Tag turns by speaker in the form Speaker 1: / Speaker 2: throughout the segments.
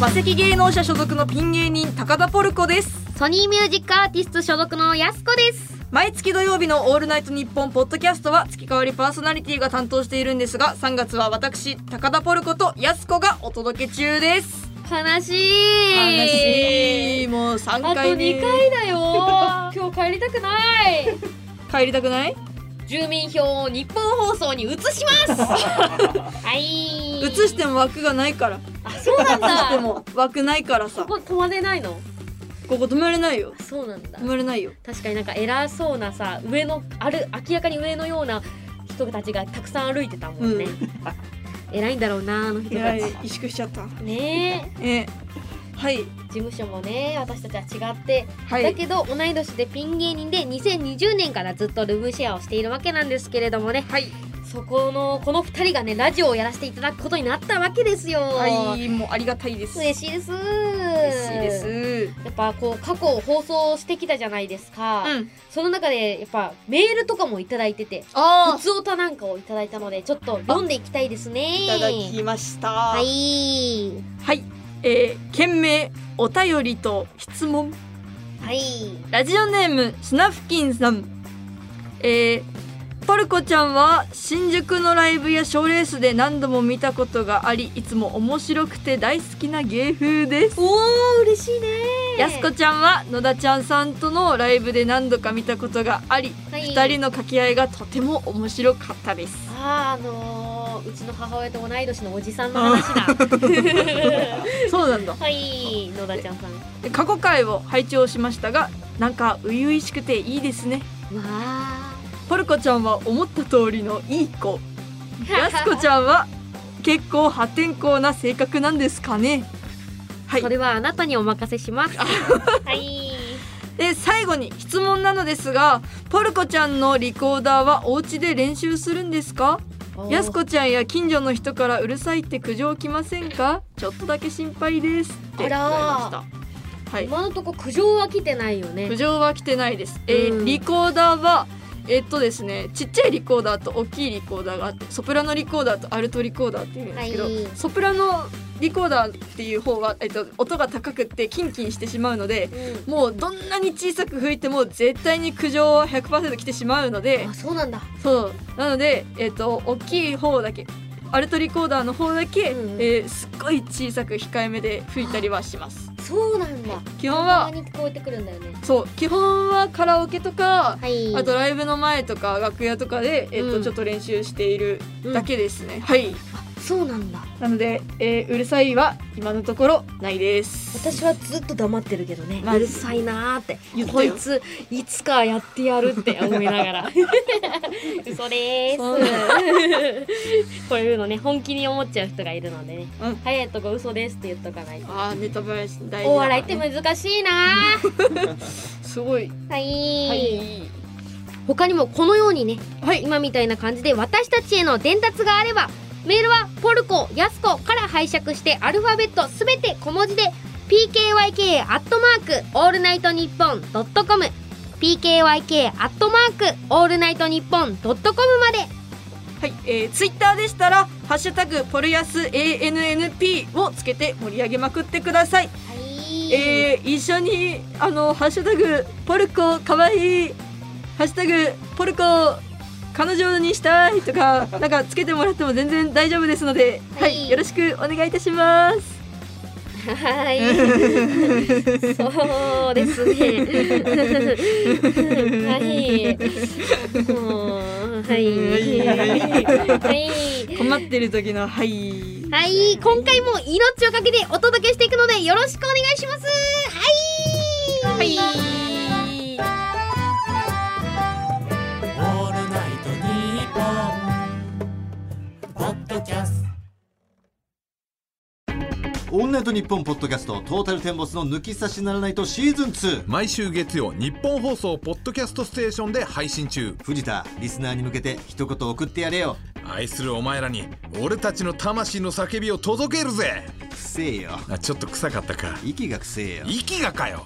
Speaker 1: マセキ芸能者所属のピン芸人高田ポルコです
Speaker 2: ソニーミュージックアーティスト所属のやすこです
Speaker 1: 毎月土曜日の「オールナイトニッポン」ポッドキャストは月替わりパーソナリティが担当しているんですが3月は私高田ポルコとやすこがお届け中です
Speaker 2: 悲し
Speaker 1: 悲し
Speaker 2: い
Speaker 1: いもう3
Speaker 2: あと
Speaker 1: 回目
Speaker 2: 2回だ よ今日帰りたくない
Speaker 1: 帰りたくない
Speaker 2: 住民票を日本放送に移します はい
Speaker 1: 移しても枠がないから
Speaker 2: あそうな
Speaker 1: 移し
Speaker 2: ん
Speaker 1: て
Speaker 2: だ
Speaker 1: も枠ないからさ
Speaker 2: ここ止まれないの
Speaker 1: ここ止められないよ
Speaker 2: あそうなんだ
Speaker 1: 止められないよ
Speaker 2: 確かになんか偉そうなさ上のある明らかに上のような人たちがたくさん歩いてたもんね、
Speaker 1: う
Speaker 2: 偉いんだろうなあの
Speaker 1: い
Speaker 2: 人
Speaker 1: や
Speaker 2: た
Speaker 1: 萎
Speaker 2: ち
Speaker 1: 縮しちゃった
Speaker 2: ねえ
Speaker 1: えはい
Speaker 2: 事務所もね私たちは違って、
Speaker 1: は
Speaker 2: だ
Speaker 1: い
Speaker 2: けど同い年でピン芸人で2020年からずっとルームシェアをしているわけなんですけれどもね
Speaker 1: はい
Speaker 2: そこのこの2人がねラジオをやらせていただくことになったわけですよ、
Speaker 1: はいもうありがたいです
Speaker 2: 嬉しいです
Speaker 1: 嬉しいです
Speaker 2: やっぱこう過去放送してきたじゃないですか、
Speaker 1: うん
Speaker 2: その中でやっぱメールとかもいただいてて
Speaker 1: あ
Speaker 2: 普通歌なんかをいただいたのでちょっと読んでいきたいですね
Speaker 1: いただきましたは
Speaker 2: は、い
Speaker 1: はいえー、件名お便りと質問
Speaker 2: はい
Speaker 1: ラジオネームスナフキンさんえー、ポルコちゃんは新宿のライブやショーレースで何度も見たことがありいつも面白くて大好きな芸風です
Speaker 2: おー嬉しいね
Speaker 1: やすこちゃんは野田ちゃんさんとのライブで何度か見たことがあり
Speaker 2: はい
Speaker 1: 二、人の掛け合いがとても面白かったです
Speaker 2: あーあのー、うちの母親と同い年のおじさんの話だ
Speaker 1: そうなんだ
Speaker 2: はい野田ちゃんさん
Speaker 1: で過去回を拝聴しましたがなんか初々しくていいですね
Speaker 2: わあ
Speaker 1: ポルコちゃんは思った通りのいい子やすこちゃんは結構破天荒な性格なんですかねはい
Speaker 2: それはあなたにお任せします。はい。
Speaker 1: で最後に質問なのですがポルコちゃんのリコーダーはお家で練習するんですかやすこちゃんや近所の人からうるさいって苦情きませんかちょっとだけ心配ですって
Speaker 2: あらー
Speaker 1: いただきましたはい
Speaker 2: 今のとこ苦情は来てないよ
Speaker 1: 苦
Speaker 2: ね。
Speaker 1: 情は来てないです。えー
Speaker 2: うん
Speaker 1: リコーダーはえっとですね、ちっちゃいリコーダーと大きいリコーダーがあってソプラノリコーダーとアルトリコーダーっていうんですけど、
Speaker 2: はい
Speaker 1: ソプラノリコーダーっていう方は、えっと、音が高くってキンキンしてしまうので
Speaker 2: う
Speaker 1: もうどんなに小さく吹いても絶対に苦情は100%来てしまうので
Speaker 2: ん。あ、そうなんだ。
Speaker 1: そうなので、えっと大きい方だけアルトリコーダーの方だけ、
Speaker 2: うんうん
Speaker 1: えーすっごい小さく控えめで吹いたりはします。
Speaker 2: そうなんだ。
Speaker 1: 基本
Speaker 2: たま
Speaker 1: は
Speaker 2: に聞こえてくるんだよね。
Speaker 1: そう基本はカラオケとか
Speaker 2: はい。
Speaker 1: あとライブの前とか楽屋とかで、えっと
Speaker 2: うん
Speaker 1: ちょっと練習しているだけですね、はい
Speaker 2: そうなんだ。
Speaker 1: なので、えーうるさいは今のところないです
Speaker 2: 私はずっと黙ってるけどね。
Speaker 1: マジ
Speaker 2: うるさいなーって
Speaker 1: 言。った
Speaker 2: こ
Speaker 1: よ
Speaker 2: いついつかやってやるって思いながら。 嘘で
Speaker 1: そう
Speaker 2: ーす。 こういうのね本気に思っちゃう人がいるのでね。
Speaker 1: うん
Speaker 2: 早いとこ嘘ですって言っとかないと。
Speaker 1: あーネタバレ大事だからね
Speaker 2: お笑いって難しいなー。
Speaker 1: すごい
Speaker 2: はい
Speaker 1: はい、
Speaker 2: 他にもこのようにね
Speaker 1: はい、
Speaker 2: 今みたいな感じで私たちへの伝達があればメールはポルコやすこから拝借してアルファベットすべて小文字で pkyk アットマークオールナイトニッポンドットコム pkyk アットマークオールナイトニッポンドットコムまで
Speaker 1: はいえー、ツイッターでしたら「ハッシュタグポルヤス ANNP」をつけて盛り上げまくってください、
Speaker 2: はい
Speaker 1: えー、一緒にあの「ハッシュタグポルコかわいい」「ハッシュタグポルコ彼女にしたい」とかなんかつけてもらっても全然大丈夫ですので、は
Speaker 2: はい
Speaker 1: いよろしくお願いいたします。
Speaker 2: はいそうですね はいうんはいはい
Speaker 1: 困ってる時の「はい」
Speaker 2: はい、今回も命をかけてお届けしていくのでよろしくお願いします。はい。
Speaker 1: はい
Speaker 3: オールナイトニッポン」ポッドキャスト
Speaker 4: オールナイトニッポンポッドキャストトータルテンボスの抜き差しならないとシーズン2
Speaker 5: 毎週月曜日本放送ポッドキャストステーションで配信中
Speaker 4: 藤田リスナーに向けて一言送ってやれよ
Speaker 5: 愛するお前らに俺たちの魂の叫びを届けるぜ
Speaker 4: くせえよ
Speaker 5: あちょっと臭かったか
Speaker 4: 息がくせえよ
Speaker 5: 息がかよ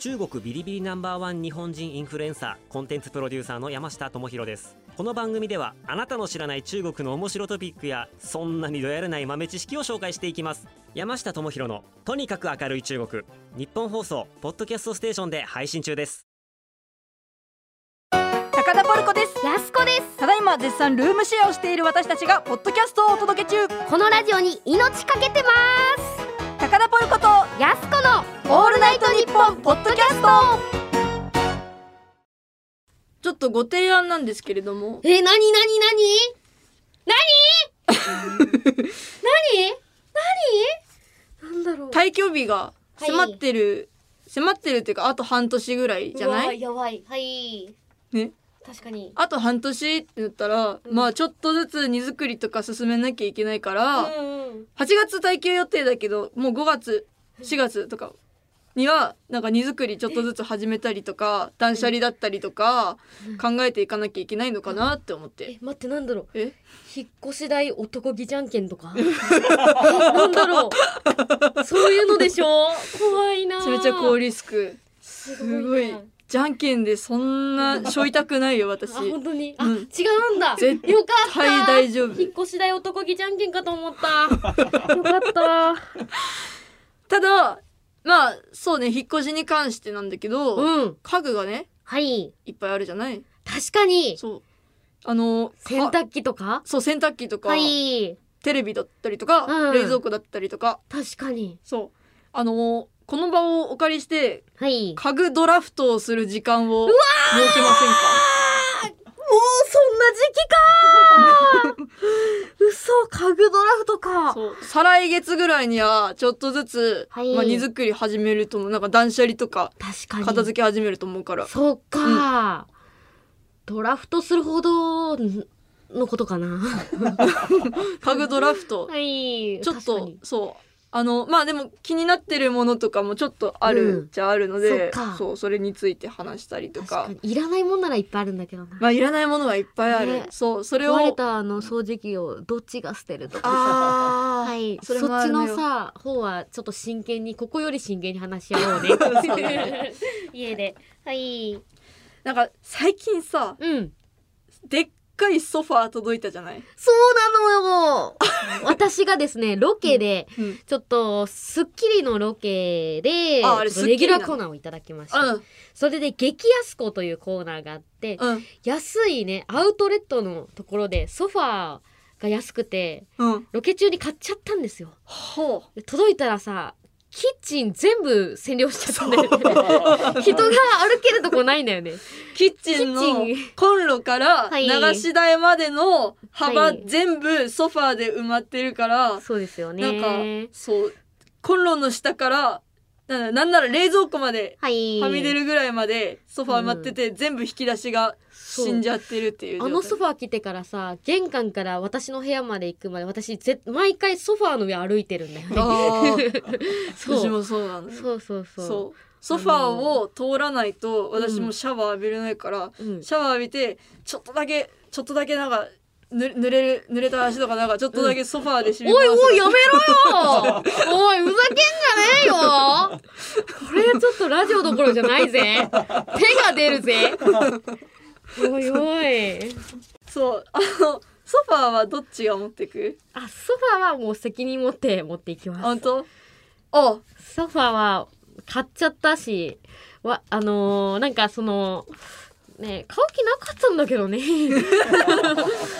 Speaker 6: 中国ビリビリナンバーワン日本人インフルエンサーコンテンツプロデューサーの山下智博ですこの番組ではあなたの知らない中国の面白トピックやそんなにどやらない豆知識を紹介していきます山下智博のとにかく明るい中国日本放送ポッドキャストステーションで配信中です
Speaker 1: 高田ポルコです
Speaker 2: やすこです
Speaker 1: ただいま絶賛ルームシェアをしている私たちがポッドキャストをお届け中
Speaker 2: このラジオに命かけてま
Speaker 1: 高田ポルコと
Speaker 2: すやすこの
Speaker 1: オールナイトニッポンポッドキャストちょっとご提案なんですけれども
Speaker 2: え、なになになになになになになんだろう
Speaker 1: 退去日が
Speaker 2: はい
Speaker 1: 迫ってる、迫ってるっていうかあと半年ぐらいじゃ
Speaker 2: う
Speaker 1: な
Speaker 2: わ
Speaker 1: い
Speaker 2: やばい。はい。
Speaker 1: ね
Speaker 2: 確かに。
Speaker 1: あと半年って言ったら、
Speaker 2: うん
Speaker 1: まあちょっとずつ荷造りとか進めなきゃいけないから、
Speaker 2: うんうん。
Speaker 1: 8月退休予定だけどもう5月4月とかにはなんか荷造りちょっとずつ始めたりとか断捨離だったりとか考えていかなきゃいけないのかなって思って
Speaker 2: え、待って、なんだろう。
Speaker 1: え
Speaker 2: 引っ越し代男気じゃんけんとか。えなんだろう。そういうのでしょ怖いな。
Speaker 1: めちゃめちゃ高リスク
Speaker 2: す
Speaker 1: すごい
Speaker 2: な
Speaker 1: じゃんけんでそんなしょいたくないよ私
Speaker 2: あ、本当に。あ、
Speaker 1: うん
Speaker 2: 違うんだ。
Speaker 1: 絶対
Speaker 2: よかった。
Speaker 1: はい大丈夫
Speaker 2: 引っ越し代男気じゃんけんかと思った。よかった。
Speaker 1: ただまあそうね引っ越しに関してなんだけど、
Speaker 2: うん。
Speaker 1: 家具がね
Speaker 2: はい。
Speaker 1: いっぱいあるじゃない
Speaker 2: 確かに。
Speaker 1: そうあの
Speaker 2: 洗
Speaker 1: か
Speaker 2: 濯機とか
Speaker 1: そう洗濯機とか、
Speaker 2: はい。
Speaker 1: テレビだったりとか、
Speaker 2: うん
Speaker 1: 冷蔵庫だったりとか
Speaker 2: 確かに。
Speaker 1: そうあのこの場をお借りして
Speaker 2: はい。
Speaker 1: 家具ドラフトをする時間を設けませんか
Speaker 2: もうそんな時期か嘘家具ドラフトか
Speaker 1: そう再来月ぐらいにはちょっとずつ、
Speaker 2: はい
Speaker 1: まあ、荷造り始めると思うなんか断捨離とか
Speaker 2: 確かに
Speaker 1: 片付け始めると思うから
Speaker 2: そうか、ドラフトするほどんのことかな
Speaker 1: 家具ドラフト
Speaker 2: はい
Speaker 1: ちょっ
Speaker 2: 確か
Speaker 1: と
Speaker 2: に
Speaker 1: そうあのまあでも気になってるものとかもちょっとあ
Speaker 2: う
Speaker 1: る
Speaker 2: ん
Speaker 1: じゃあるので、
Speaker 2: そっか
Speaker 1: そうそれについて話したりと
Speaker 2: 確
Speaker 1: か
Speaker 2: かにいらないもんならいっぱいあるんだけどな
Speaker 1: まあいらないものはいっぱいある、
Speaker 2: ね
Speaker 1: そうそれを
Speaker 2: 壊れたあの掃除機をどっちが捨てるとか
Speaker 1: あー
Speaker 2: はい
Speaker 1: そ
Speaker 2: そ
Speaker 1: れもあ
Speaker 2: っち
Speaker 1: るのよ
Speaker 2: のさ方はちょっと真剣にここより真剣に話し合 おう
Speaker 1: う
Speaker 2: ね家ではい
Speaker 1: なんか最近さ
Speaker 2: うん
Speaker 1: でっかいソファー届いたじゃない、
Speaker 2: そうなのよ私がですね、ロケで、
Speaker 1: うん、
Speaker 2: ちょっと、スッキリのロケで、
Speaker 1: ああれ
Speaker 2: ち
Speaker 1: スッ
Speaker 2: ょっと
Speaker 1: キ
Speaker 2: レギ
Speaker 1: リ
Speaker 2: ュ
Speaker 1: な
Speaker 2: ラ
Speaker 1: の
Speaker 2: ーコーナーをいただきました。
Speaker 1: うん
Speaker 2: それで、激安子というコーナーがあって、
Speaker 1: うん
Speaker 2: 安いね、アウトレットのところで、ソファーが安くて、
Speaker 1: うん
Speaker 2: ロケ中に買っちゃったんですよ。
Speaker 1: ほ
Speaker 2: で届いたらさ、キッチン全部占領しちゃったんだよね。人が歩けるとこないんだよね。
Speaker 1: うキッチンの
Speaker 2: キッチ
Speaker 1: コンロから
Speaker 2: はい
Speaker 1: 流し台までの
Speaker 2: は
Speaker 1: 幅
Speaker 2: い
Speaker 1: 全部ソファーで埋まってるから、
Speaker 2: そうですよ
Speaker 1: なんか
Speaker 2: ね。
Speaker 1: そうコンロの下からなんだなんなら冷蔵庫まで
Speaker 2: はい。
Speaker 1: はみ出るぐらいまでソファー埋まってて、全部引き出しが
Speaker 2: そう、
Speaker 1: 死んじゃってるっていう
Speaker 2: あのソフ
Speaker 1: ァ
Speaker 2: ァー来てからさ玄関から私の部屋まで行くまで私ぜ毎回ソファーの上歩いてるんだよね。
Speaker 1: あー
Speaker 2: そう
Speaker 1: 私もそうなのよ
Speaker 2: そうそうそう。
Speaker 1: そうソファーを通らないと私もシャワー浴びれないから、
Speaker 2: うん
Speaker 1: シャワー浴びてちょっとだけちょっとだけなんかぬ濡れる濡れた足とかなんかちょっとだけソファーで染み
Speaker 2: おいおいや
Speaker 1: よ
Speaker 2: めろ よおいふざけんじゃねえよこれちょっとラジオどころじゃないぜ手が出るぜおいおい
Speaker 1: そうあのソファーはどっちが持ってく
Speaker 2: あソファーはもう責任持って持っていきま
Speaker 1: 本当あ
Speaker 2: すソファーは買っちゃったしわあのーなんかそのね買う気なかったんだけど ね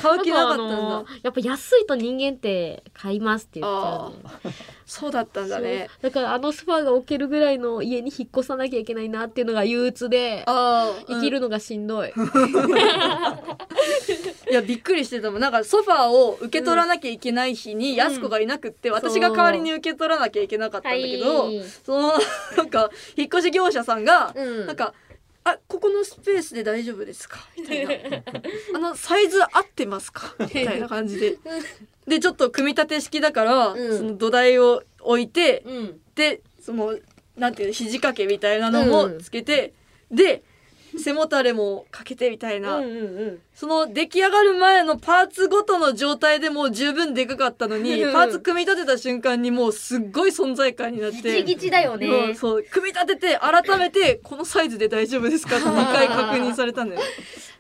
Speaker 1: 買う気なかったん
Speaker 2: あの
Speaker 1: だ
Speaker 2: やっぱ安いと人間って買いますって言っちゃうね
Speaker 1: そうだったんだね
Speaker 2: そうだからあのソファーが置けるぐらいの家に引っ越さなきゃいけないなっていうのが憂鬱で
Speaker 1: ああ
Speaker 2: 生きるのがしんどい、
Speaker 1: いやびっくりしてたもんなんかソファーを受け取らなきゃいけない日にやす子がいなくって、私が代わりに受け取らなきゃいけなかったんだけど、
Speaker 2: はい
Speaker 1: そのなんか引っ越し業者さんが、
Speaker 2: うん
Speaker 1: なんか「あここのスペースで大丈夫ですか?」みたいな「あのサイズ合ってますか?」みたいな感じででちょっと組み立て式だから、
Speaker 2: うん
Speaker 1: その土台を置いて、
Speaker 2: うん
Speaker 1: でそのなんていうの肘掛けみたいなのもつけて、で背もたれもかけてみたいな、
Speaker 2: うんうんうん
Speaker 1: その出来上がる前のパーツごとの状態でもう十分でかかったのに、
Speaker 2: うん
Speaker 1: パーツ組み立てた瞬間にもうすっごい存在感になっ
Speaker 2: ギチ
Speaker 1: て。
Speaker 2: ギチだよね
Speaker 1: うんそう組み立てて改めてこのサイズで大丈夫ですかって2回確認されたのよ。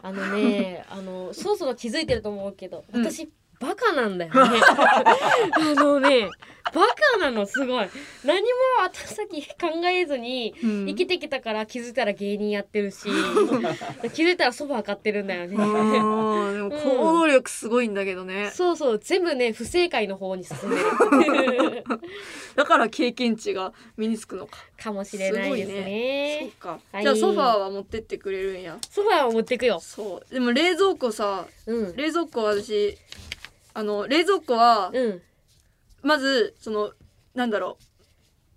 Speaker 2: あのねあのそろそろ気づいてると思うけど
Speaker 1: うん
Speaker 2: 私、バカなんだよ ねあのねバカなのすごい何も後先考えずに
Speaker 1: うん
Speaker 2: 生きてきたから気づいたら芸人やってるし気づいたらそば買ってるんだよ
Speaker 1: あ
Speaker 2: ね
Speaker 1: ーでも行動力すごいんだけどね、
Speaker 2: そうそう全部ね不正解の方に進んで る
Speaker 1: だから経験値が身につくのか、
Speaker 2: かもしれないです
Speaker 1: すごい
Speaker 2: ね
Speaker 1: そうか、
Speaker 2: はい
Speaker 1: じゃあソファーは持ってってくれるんや
Speaker 2: ソファーを持ってくよ、
Speaker 1: そうでも冷蔵庫さ
Speaker 2: うん、
Speaker 1: 冷蔵庫は私あの冷蔵庫は
Speaker 2: うん
Speaker 1: まずそのなんだろ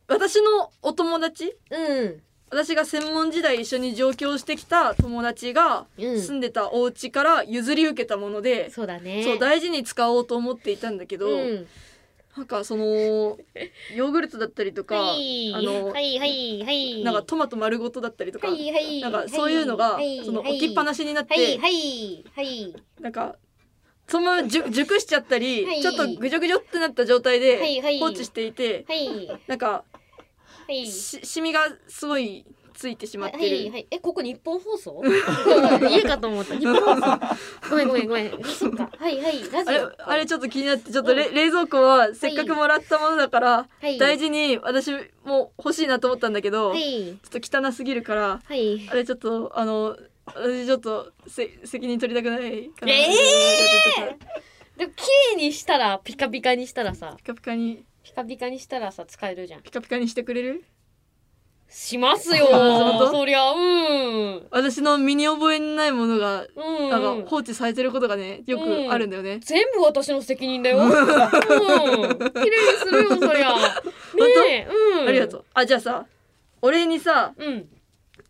Speaker 1: う私のお友達
Speaker 2: うん
Speaker 1: 私が専門時代一緒に上京してきた友達が
Speaker 2: うん
Speaker 1: 住んでたお家から譲り受けたもので、
Speaker 2: そうだね
Speaker 1: そう大事に使おうと思っていたんだけど、
Speaker 2: うん
Speaker 1: なんか そのヨーグルトだったりとか、
Speaker 2: はい
Speaker 1: あの、
Speaker 2: はいはいはい
Speaker 1: なんかトマト丸ごとだったりとか、
Speaker 2: はいはい
Speaker 1: なんかそういうのが、その置きっぱな
Speaker 2: し
Speaker 1: しになって、
Speaker 2: はいはいはい
Speaker 1: なんかそのままじゅ熟しちゃったり、
Speaker 2: はい
Speaker 1: ちょっとぐじょぐじょってなった状態で
Speaker 2: はいはい
Speaker 1: 放置していて、
Speaker 2: はい
Speaker 1: なんか
Speaker 2: はい
Speaker 1: しシミがすごいついてしまってる、
Speaker 2: はいはいえここ日本 放送家かと思った日本放送ごめんごめんごめんそっかはいはいラ
Speaker 1: あ
Speaker 2: ジ
Speaker 1: れ
Speaker 2: オ
Speaker 1: あれちょっと気になってちょっとれ、冷蔵庫はせっかくもらったものだから、
Speaker 2: はい
Speaker 1: 大事に私も欲しいなと思ったんだけど、
Speaker 2: はい
Speaker 1: ちょっと汚すぎるから
Speaker 2: はい
Speaker 1: あれちょっとあの私ちょっとせ責任取りたくないかな
Speaker 2: え
Speaker 1: え
Speaker 2: でも綺麗にしたらピカピカにしたらさ
Speaker 1: ピカピカに
Speaker 2: ピカピカにしたらさ使えるじゃん
Speaker 1: ピカピカにしてくれる
Speaker 2: しますよ
Speaker 1: 本当
Speaker 2: そりゃうん
Speaker 1: 私の身に覚えのないものが
Speaker 2: うん
Speaker 1: なんか放置されてることがねよくあるんだよね、
Speaker 2: 全部私の責任だよ。うん、綺麗にするよ、そりゃ。ねえ、うん。
Speaker 1: ありがとうあじゃあさお礼にさ
Speaker 2: う。うん。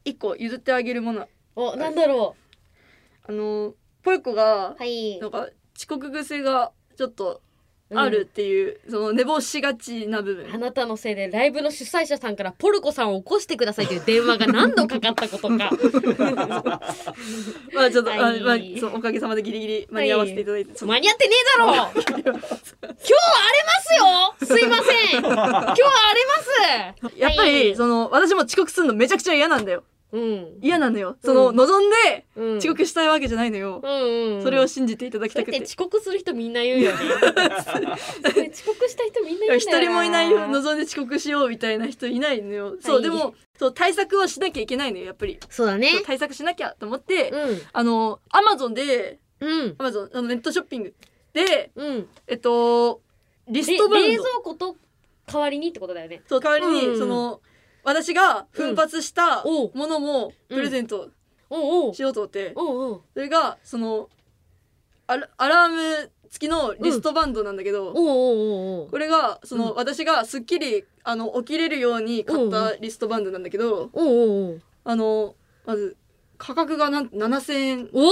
Speaker 1: 一個譲ってあげるもの
Speaker 2: お、なんだろ
Speaker 1: あのポイコが
Speaker 2: う。はい
Speaker 1: なんか遅刻癖がちょっとあるっていう、その寝坊しがちな部
Speaker 2: あ
Speaker 1: 分
Speaker 2: なたのせいでライブの主催者さんからポルコさんを起こしてくださいという電話が何度かかったこと か。
Speaker 1: まあちょっと、
Speaker 2: はい
Speaker 1: あまあ、そうおかげさまでギリギリ間に合わせていただいて、ちょっ
Speaker 2: 間に合ってねえだろ今日荒れますよすいません今日荒れます
Speaker 1: と やっぱり、
Speaker 2: はい
Speaker 1: その私も遅刻するのめちゃくちゃ嫌なんだよ
Speaker 2: うん。
Speaker 1: 嫌なのよその、
Speaker 2: うん
Speaker 1: 望んで
Speaker 2: うん
Speaker 1: 遅刻したいわけじゃないのよ
Speaker 2: う、んうん。
Speaker 1: それを信じていただき
Speaker 2: それ
Speaker 1: た
Speaker 2: っ
Speaker 1: くて
Speaker 2: て遅刻する人みんな言うよね。それ遅刻した人みんな言うんだよな。
Speaker 1: 一人もいないよ望んで遅刻しようみたいな人いないのよ、そうでもそう対策はしなきゃいけないのよやっぱり
Speaker 2: そうだね。
Speaker 1: そう対策しなきゃと思って、
Speaker 2: うん。
Speaker 1: あのアマゾンで
Speaker 2: うん。
Speaker 1: アマゾンあのネットショッピングで
Speaker 2: うん。
Speaker 1: えっとリス
Speaker 2: で
Speaker 1: トバン
Speaker 2: 冷
Speaker 1: ド
Speaker 2: 蔵庫と代わりにってことだよね。
Speaker 1: そう代わりに、
Speaker 2: うん
Speaker 1: その私が奮発した
Speaker 2: うんお
Speaker 1: も
Speaker 2: う
Speaker 1: のもプレゼント
Speaker 2: おうおう
Speaker 1: しようと思って、
Speaker 2: おうおう
Speaker 1: それがそのアラアラーム付きのリストバンドなんだけど、
Speaker 2: おうおうおうおう
Speaker 1: これがその、
Speaker 2: うん
Speaker 1: 私がすっきりあの起きれるように買ったリストバンドなんだけど、
Speaker 2: おうおう
Speaker 1: あのまず価格がなん7000円
Speaker 2: おう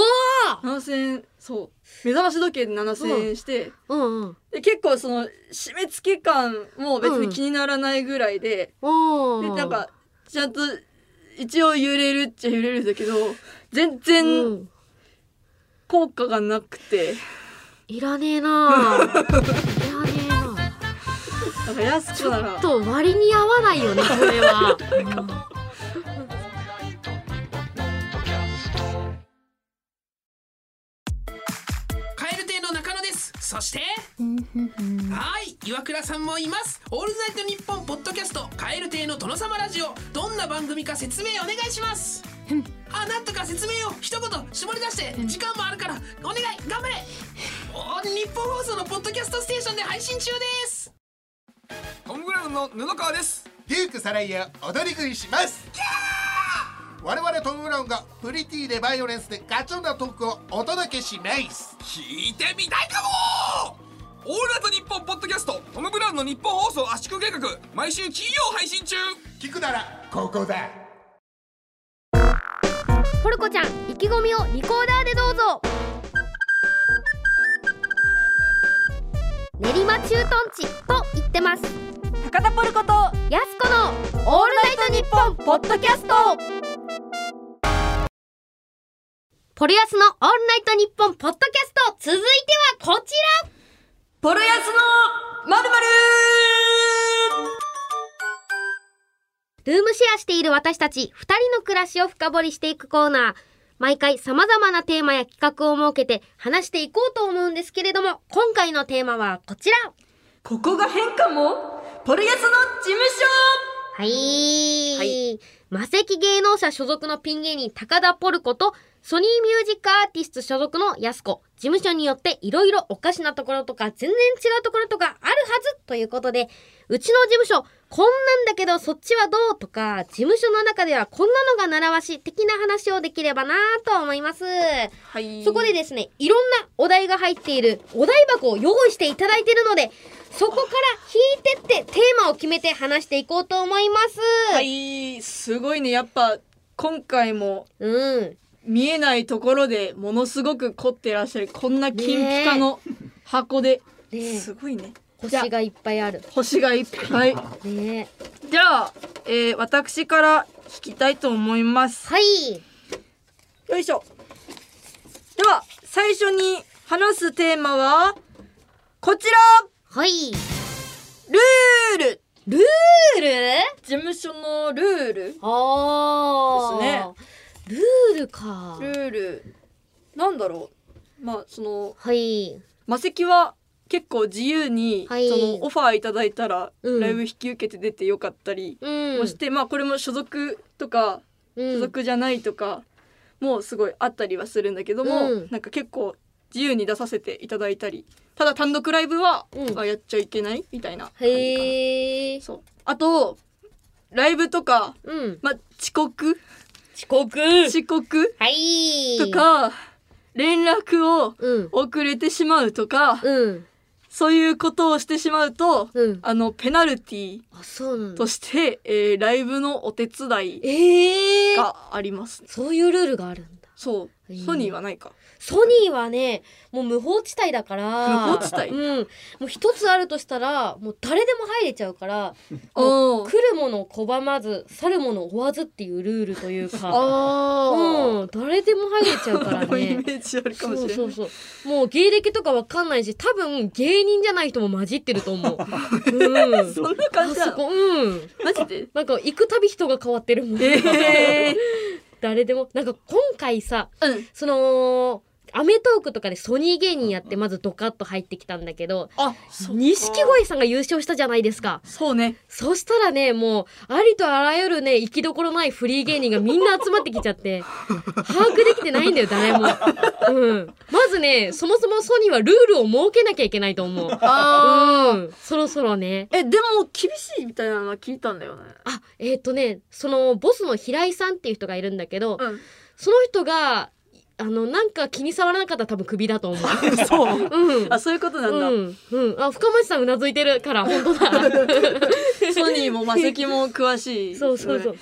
Speaker 1: 7000円そう目覚まし時計で7000円して、
Speaker 2: おうんうん
Speaker 1: で結構その締め付け感も別に気にならないぐらいで、
Speaker 2: おう
Speaker 1: でなんかちゃんと一応揺れるっちゃ揺れるんだけど全然
Speaker 2: ん
Speaker 1: 効果がなくて、
Speaker 2: いらねえないらねえな
Speaker 1: なんか安くなら
Speaker 2: と割に合わないよねこれは
Speaker 7: カエル亭の中野ですそしてはい岩倉さんもいますオールナイトニッポンポッドキャストカエル亭の殿様ラジオどんな番組か説明お願いしますあなんとか説明を一言絞り出して時間もあるからお願い頑張れお日本放送のポッドキャストステーションで配信中です
Speaker 5: トム・ブラウンの布川です
Speaker 8: デュークサライヤ踊り食いします我々トム・ブラウンがプリティでバイオレンスでガチョンなトークをお届けします
Speaker 5: 聞いてみたいかもオールナイトニッポンポッドキャストトム・ブラウンの日本放送圧縮計画毎週金曜配信中
Speaker 8: 聞くならここだ
Speaker 2: ポルコちゃん意気込みをリコーダーでどうぞ練馬駐屯地と言ってます
Speaker 1: 高田ポルコと
Speaker 2: やすこのオールナイトニッポンポッドキャストポルヤスのオールナイトニッポンポッドキャスト続いてはこちら
Speaker 1: ポルヤスのまるまる
Speaker 2: ルームシェアしている私たち二人の暮らしを深掘りしていくコーナー。毎回様々なテーマや企画を設けて話していこうと思うんですけれども、今回のテーマはこちら。
Speaker 1: ここが変かもポルヤスの事務
Speaker 2: はいはい。魔石芸能者所属のピン芸人高田ポルコとソニーミュージックアーティスト所属のやす子。事務所によっていろいろおかしなところとか全然違うところとかあるはずということで、うちの事務所こんなんだけどそっちはどうとか、事務所の中ではこんなのが習わし的な話をできればなぁと思います。
Speaker 1: 所はい
Speaker 2: そこでですね、いろんなお題が入っているお題箱を用意していただいているので、そこから引いてってテーマを決めて話していこうと思います。
Speaker 1: はいすごいねやっぱ今回も
Speaker 2: うん。
Speaker 1: 見えないところでものすごく凝ってらっしゃるこんな金ピカの箱で、
Speaker 2: ねえ
Speaker 1: すごいねじゃあ
Speaker 2: 星がいっぱいある。
Speaker 1: 星がいっぱい
Speaker 2: ね
Speaker 1: じゃあ、えー私から引きたいと思います
Speaker 2: はい。
Speaker 1: よいしょでは最初に話すテーマはこちら
Speaker 2: はい。
Speaker 1: ルール
Speaker 2: ルール
Speaker 1: 事務所のルール
Speaker 2: ああ。ですね。ルールか。
Speaker 1: ルールなんだろうまあその
Speaker 2: はい。
Speaker 1: 魔石は結構自由に、
Speaker 2: はい
Speaker 1: そのオファーいただいたら、
Speaker 2: うん
Speaker 1: ライブ引き受けて出てよかったり
Speaker 2: うん。
Speaker 1: もして、まあこれも所属とか
Speaker 2: うん
Speaker 1: 所属じゃないとか、もうすごいあったりはするんだけども、
Speaker 2: うん
Speaker 1: なんか結構自由に出させていただいたりただ単独ライブは、
Speaker 2: うん
Speaker 1: あやっちゃいけないみたいな感じかな
Speaker 2: へえ。
Speaker 1: そうあとライブとか、
Speaker 2: うん。
Speaker 1: まあ、遅刻
Speaker 2: 遅刻。
Speaker 1: 遅刻
Speaker 2: はい。
Speaker 1: と。か連絡を
Speaker 2: うん。
Speaker 1: 遅れてしまうとか
Speaker 2: うん。
Speaker 1: そういうことをしてしまうと、
Speaker 2: うん。
Speaker 1: あのペナルティ
Speaker 2: あ、そうなんだ
Speaker 1: と。して、えーライブのお手伝い
Speaker 2: ええー。
Speaker 1: があります、
Speaker 2: そういうルールがあるんだ。
Speaker 1: そう
Speaker 2: えー
Speaker 1: ソニーはないか
Speaker 2: ソニーはね、もう無法地帯だから。
Speaker 1: 無法地帯
Speaker 2: うん。もう一つあるとしたら、もう誰でも入れちゃうから、
Speaker 1: お
Speaker 2: 来るものを拒まず、去るものを追わずっていうルールというか。
Speaker 1: あ
Speaker 2: うん、誰でも入れちゃうから
Speaker 1: でもイメ
Speaker 2: ね。
Speaker 1: ージあるか
Speaker 2: そ
Speaker 1: もしれ
Speaker 2: う
Speaker 1: ない
Speaker 2: そうそう。もう芸歴とかわかんないし、多分芸人じゃない人も混じってる と思う。うん。
Speaker 1: そんな感じ
Speaker 2: あ
Speaker 1: な
Speaker 2: そ
Speaker 1: の
Speaker 2: こ、うん。
Speaker 1: マジで
Speaker 2: なんか行くたび人が変わってるもん。
Speaker 1: え
Speaker 2: 誰でも。なんか今回さ、
Speaker 1: ー、うん
Speaker 2: その、アメトークとかでソニー芸人やってまずドカッと入ってきたんだけど、
Speaker 1: あそう
Speaker 2: 錦鯉さんが優勝したじゃないですか。
Speaker 1: そうね
Speaker 2: そしたらね、もう、ありとあらゆるね、行きどころないフリー芸人がみんな集まってきち ゃって、把握できてないんだよ、誰も。うん。まずね、そもそもソニーはルールを設けなきゃいけないと思う。うん。そろそろね。
Speaker 1: えでも厳しいみたいなのは聞いたんだよね
Speaker 2: あ、えっ、とね、その、ボスの平井さんっていう人がいるんだけど、
Speaker 1: うん
Speaker 2: その人が、あの、なんか気に障らなかったら多分クビだと思う。
Speaker 1: そう
Speaker 2: うん。
Speaker 1: あそういうことなんだ、
Speaker 2: うん、うん、あ深町さんうなずいてるから本当 だ
Speaker 1: ソニーもマセキも詳しい
Speaker 2: そうそうそう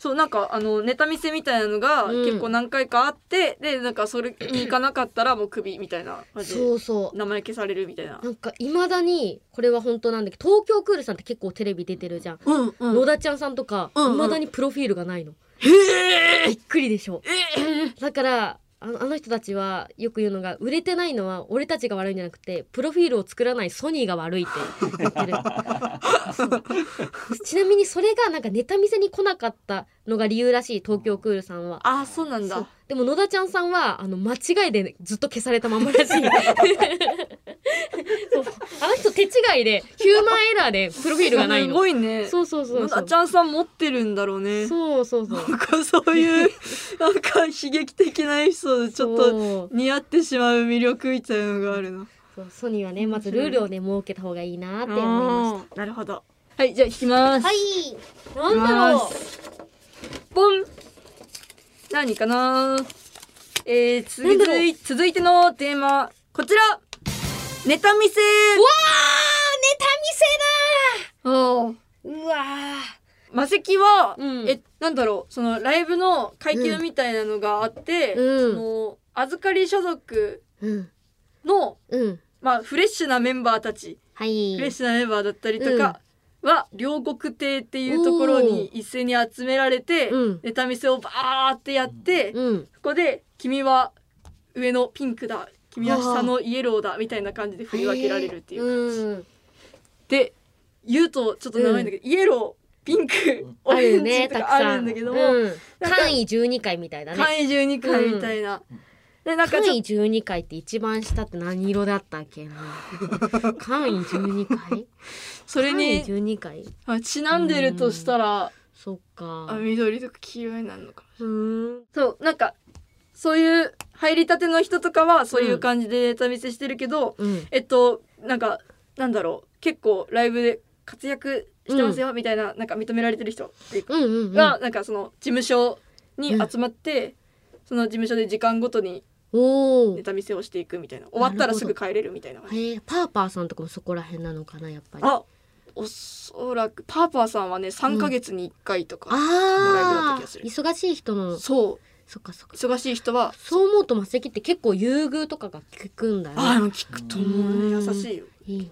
Speaker 1: そうなんかあのネタ見せみたいなのが
Speaker 2: うん
Speaker 1: 結構何回かあって、でなんかそれに行かなかったらもうクビみたいな感じで
Speaker 2: そうそう
Speaker 1: 名前消されるみたいな。
Speaker 2: なんかいまだにこれは本当なんだけど東京クールさんって結構テレビ出てるじゃん、
Speaker 1: うんう
Speaker 2: 野田ちゃんさんとかい
Speaker 1: うん
Speaker 2: ま
Speaker 1: う、ん
Speaker 2: 未だにプロフィールがないのびっくりでしょ、だからあのあの人たちはよく言うのが売れてないのは俺たちが悪いんじゃなくてプロフィールを作らないソニーが悪いって 言ってるそうちなみにそれがなんかネタ見せに来なかったのが理由らしい東京クールさんは
Speaker 1: あそうなん
Speaker 2: そう
Speaker 1: だ。
Speaker 2: でも野田ちゃんさんはあの間違いでずっと消されたま まらしいそうあの人手違いでヒューマンエラーでプロフィールがない
Speaker 1: す
Speaker 2: の
Speaker 1: ごいね。
Speaker 2: そうそうそうそ
Speaker 1: 野田
Speaker 2: う
Speaker 1: ちゃんさん持ってるんだろうね。
Speaker 2: そうそうそう
Speaker 1: なんかそう いうなんか悲劇的なエピソードちょっと
Speaker 2: そう
Speaker 1: 似合ってしまう魅力みたいなのがあるな。
Speaker 2: そうソニーはねまずルールをね設けた方がいいなって思いま
Speaker 1: あーなるほど。はいじゃあ引きます。
Speaker 2: したはいなんだろう
Speaker 1: ポン何かなえー、続
Speaker 2: なんだろう
Speaker 1: い続いてのテーマこちらネタ見せ
Speaker 2: うわ
Speaker 1: うん
Speaker 2: ーネタ見せだーうわ
Speaker 1: マセキは、
Speaker 2: うん
Speaker 1: えなんだろうそのライブの階級みたいなのがあって、
Speaker 2: うん
Speaker 1: その預かり所属
Speaker 2: ーうん
Speaker 1: の
Speaker 2: うん
Speaker 1: まあフレッシュなメンバーたち、
Speaker 2: はい
Speaker 1: フレッシュなメンバーだったりとかは、両国亭っていうところに一斉に集められて、
Speaker 2: うん
Speaker 1: ネタ見せをバーってやって、
Speaker 2: うん
Speaker 1: ここで「君は上のピンクだ君は下のイエローだみたいな感じで振り分けられるっていう感じ、
Speaker 2: うん
Speaker 1: で言うとちょっと長いんだけど、イエローピンクオ
Speaker 2: ある
Speaker 1: レ
Speaker 2: よ
Speaker 1: ンジ
Speaker 2: ね
Speaker 1: と
Speaker 2: た く
Speaker 1: かあ
Speaker 2: さ
Speaker 1: る
Speaker 2: ん
Speaker 1: んだけども、
Speaker 2: うん
Speaker 1: なんか
Speaker 2: 簡易12回みたいだね
Speaker 1: 簡易12回みたいな、でなんか
Speaker 2: 簡
Speaker 1: ちょっ
Speaker 2: 易12回って一番下って何色だったっけな簡易12回
Speaker 1: とそれ
Speaker 2: 簡易
Speaker 1: に
Speaker 2: 12回
Speaker 1: あちなんでるとしたら、
Speaker 2: そっか
Speaker 1: あ緑とか黄色になるのか
Speaker 2: うーん
Speaker 1: そうなんかそういう入りたての人とかはそういう感じでネタ見せしてるけど、
Speaker 2: うん
Speaker 1: えっとなんかなんだろう結構ライブで活躍してますよみたいな、なんか認められてる人っていうか
Speaker 2: うんうんうん
Speaker 1: が、なんかその事務所に
Speaker 2: うん
Speaker 1: 集まって、その事務所で時間ごとに
Speaker 2: おお
Speaker 1: ネタ見せをしていくみたいな終わったらすぐ帰れるみたいな感じ
Speaker 2: えー、パーパーさんとかもそこら辺なのかなやっぱり
Speaker 1: あおそらくパーパーさんはね3ヶ月に1回とか、ライブだった
Speaker 2: あ
Speaker 1: 気がす
Speaker 2: ー
Speaker 1: る
Speaker 2: 忙しい人の
Speaker 1: そ
Speaker 2: そっかそ
Speaker 1: う
Speaker 2: っか
Speaker 1: 忙しい人は
Speaker 2: そう思うとマセキって結構優遇とかが効くんだね
Speaker 1: ああ聞くと思うね優しいよ
Speaker 2: いいね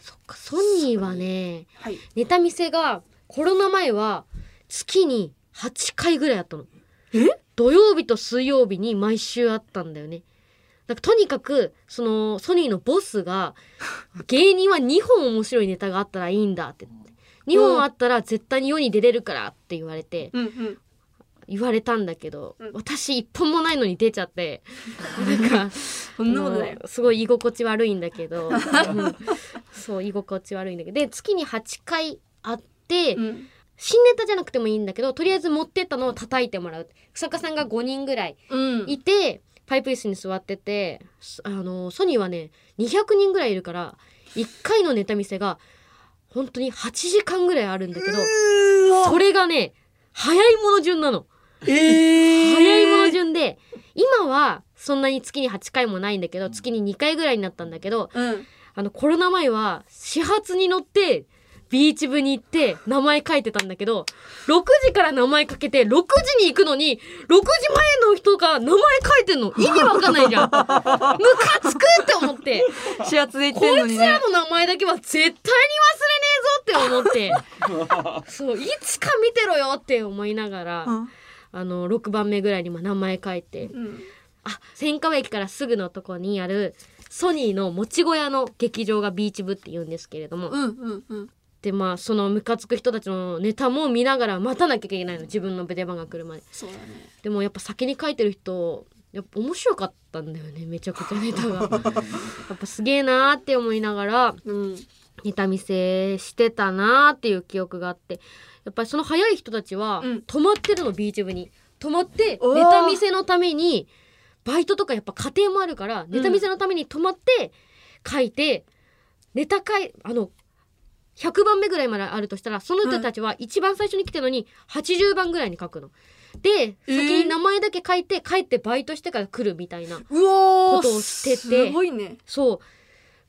Speaker 2: そっかソニーはね
Speaker 1: はい
Speaker 2: ネタ見せがコロナ前は月に8回ぐらいあったの土曜日と水曜日に毎週あったんだよねなんかとにかくそのソニーのボスが芸人は2本面白いネタがあったらいいんだって言って2本あったら絶対に世に出れるからって言われて
Speaker 1: うんうん
Speaker 2: 言われたんだけど、
Speaker 1: うん
Speaker 2: 私1本もないのに出ちゃってなんか
Speaker 1: そんなことないよ
Speaker 2: あのすごい居心地悪いんだけど、うんそう居心地悪いんだけどで月に8回あって、
Speaker 1: うん
Speaker 2: 新ネタじゃなくてもいいんだけどとりあえず持ってったのを叩いてもらう草加さんが5人ぐらい
Speaker 1: うん
Speaker 2: いて、パイプ椅子に座っててそあのソニーはね200人ぐらいいるから1回のネタ見せが本当に8時間ぐらいあるんだけどそれがね早いもの順なの。早いもの順で今はそんなに月に8回もないんだけど月に2回ぐらいになったんだけど
Speaker 1: うん
Speaker 2: あのコロナ前は始発に乗ってビーチ部に行って名前書いてたんだけど6時から名前書けて6時に行くのに6時前の人が名前書いてんの意味わかんないじゃんムカつくって思って
Speaker 1: 始発で行っ
Speaker 2: こ
Speaker 1: てんの
Speaker 2: い
Speaker 1: に
Speaker 2: つ
Speaker 1: ね
Speaker 2: らの名前だけは絶対に忘れねえぞって思ってそういつか見てろよって思いながら。あの6番目ぐらいにまあ名前書いて
Speaker 1: うん
Speaker 2: あ千川駅からすぐのとこにあるソニーの持ち小屋の劇場がビーチ部って言うんですけれども、
Speaker 1: うんうんうん
Speaker 2: でまあそのムカつく人たちのネタも見ながら待たなきゃいけないの自分の出番が来るまで
Speaker 1: そうだね
Speaker 2: でもやっぱ先に書いてる人やっぱ面白かったんだよねめちゃくちゃ ネタがやっぱすげえなーって思いながら
Speaker 1: うん
Speaker 2: ネタ見せしてたなーっていう記憶があってやっぱりその早い人たちは
Speaker 1: うん
Speaker 2: 泊まってるの、ビーチ部に泊まって
Speaker 1: おー
Speaker 2: ネタ見せのためにバイトとかやっぱ家庭もあるからネタ見せのために泊まって書いて、ネタ書いあの100番目ぐらいまであるとしたらその人たちは一番最初に来てるのに80番ぐらいに書くの。で
Speaker 1: えー
Speaker 2: 先に名前だけ書いて帰ってバイトしてから来るみたいな
Speaker 1: うおー
Speaker 2: ことをしてて
Speaker 1: すごいね
Speaker 2: そう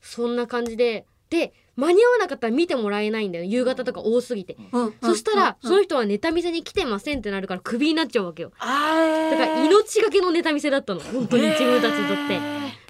Speaker 2: そんな感じでで間に合わなかったら見てもらえないんだよ夕方とか多すぎて、
Speaker 1: うん
Speaker 2: そしたら、
Speaker 1: うん
Speaker 2: その人はネタ見せに来てませんってなるからクビになっちゃうわけよ
Speaker 1: あ
Speaker 2: だから命がけのネタ見せだったの本当に自分たちにとって、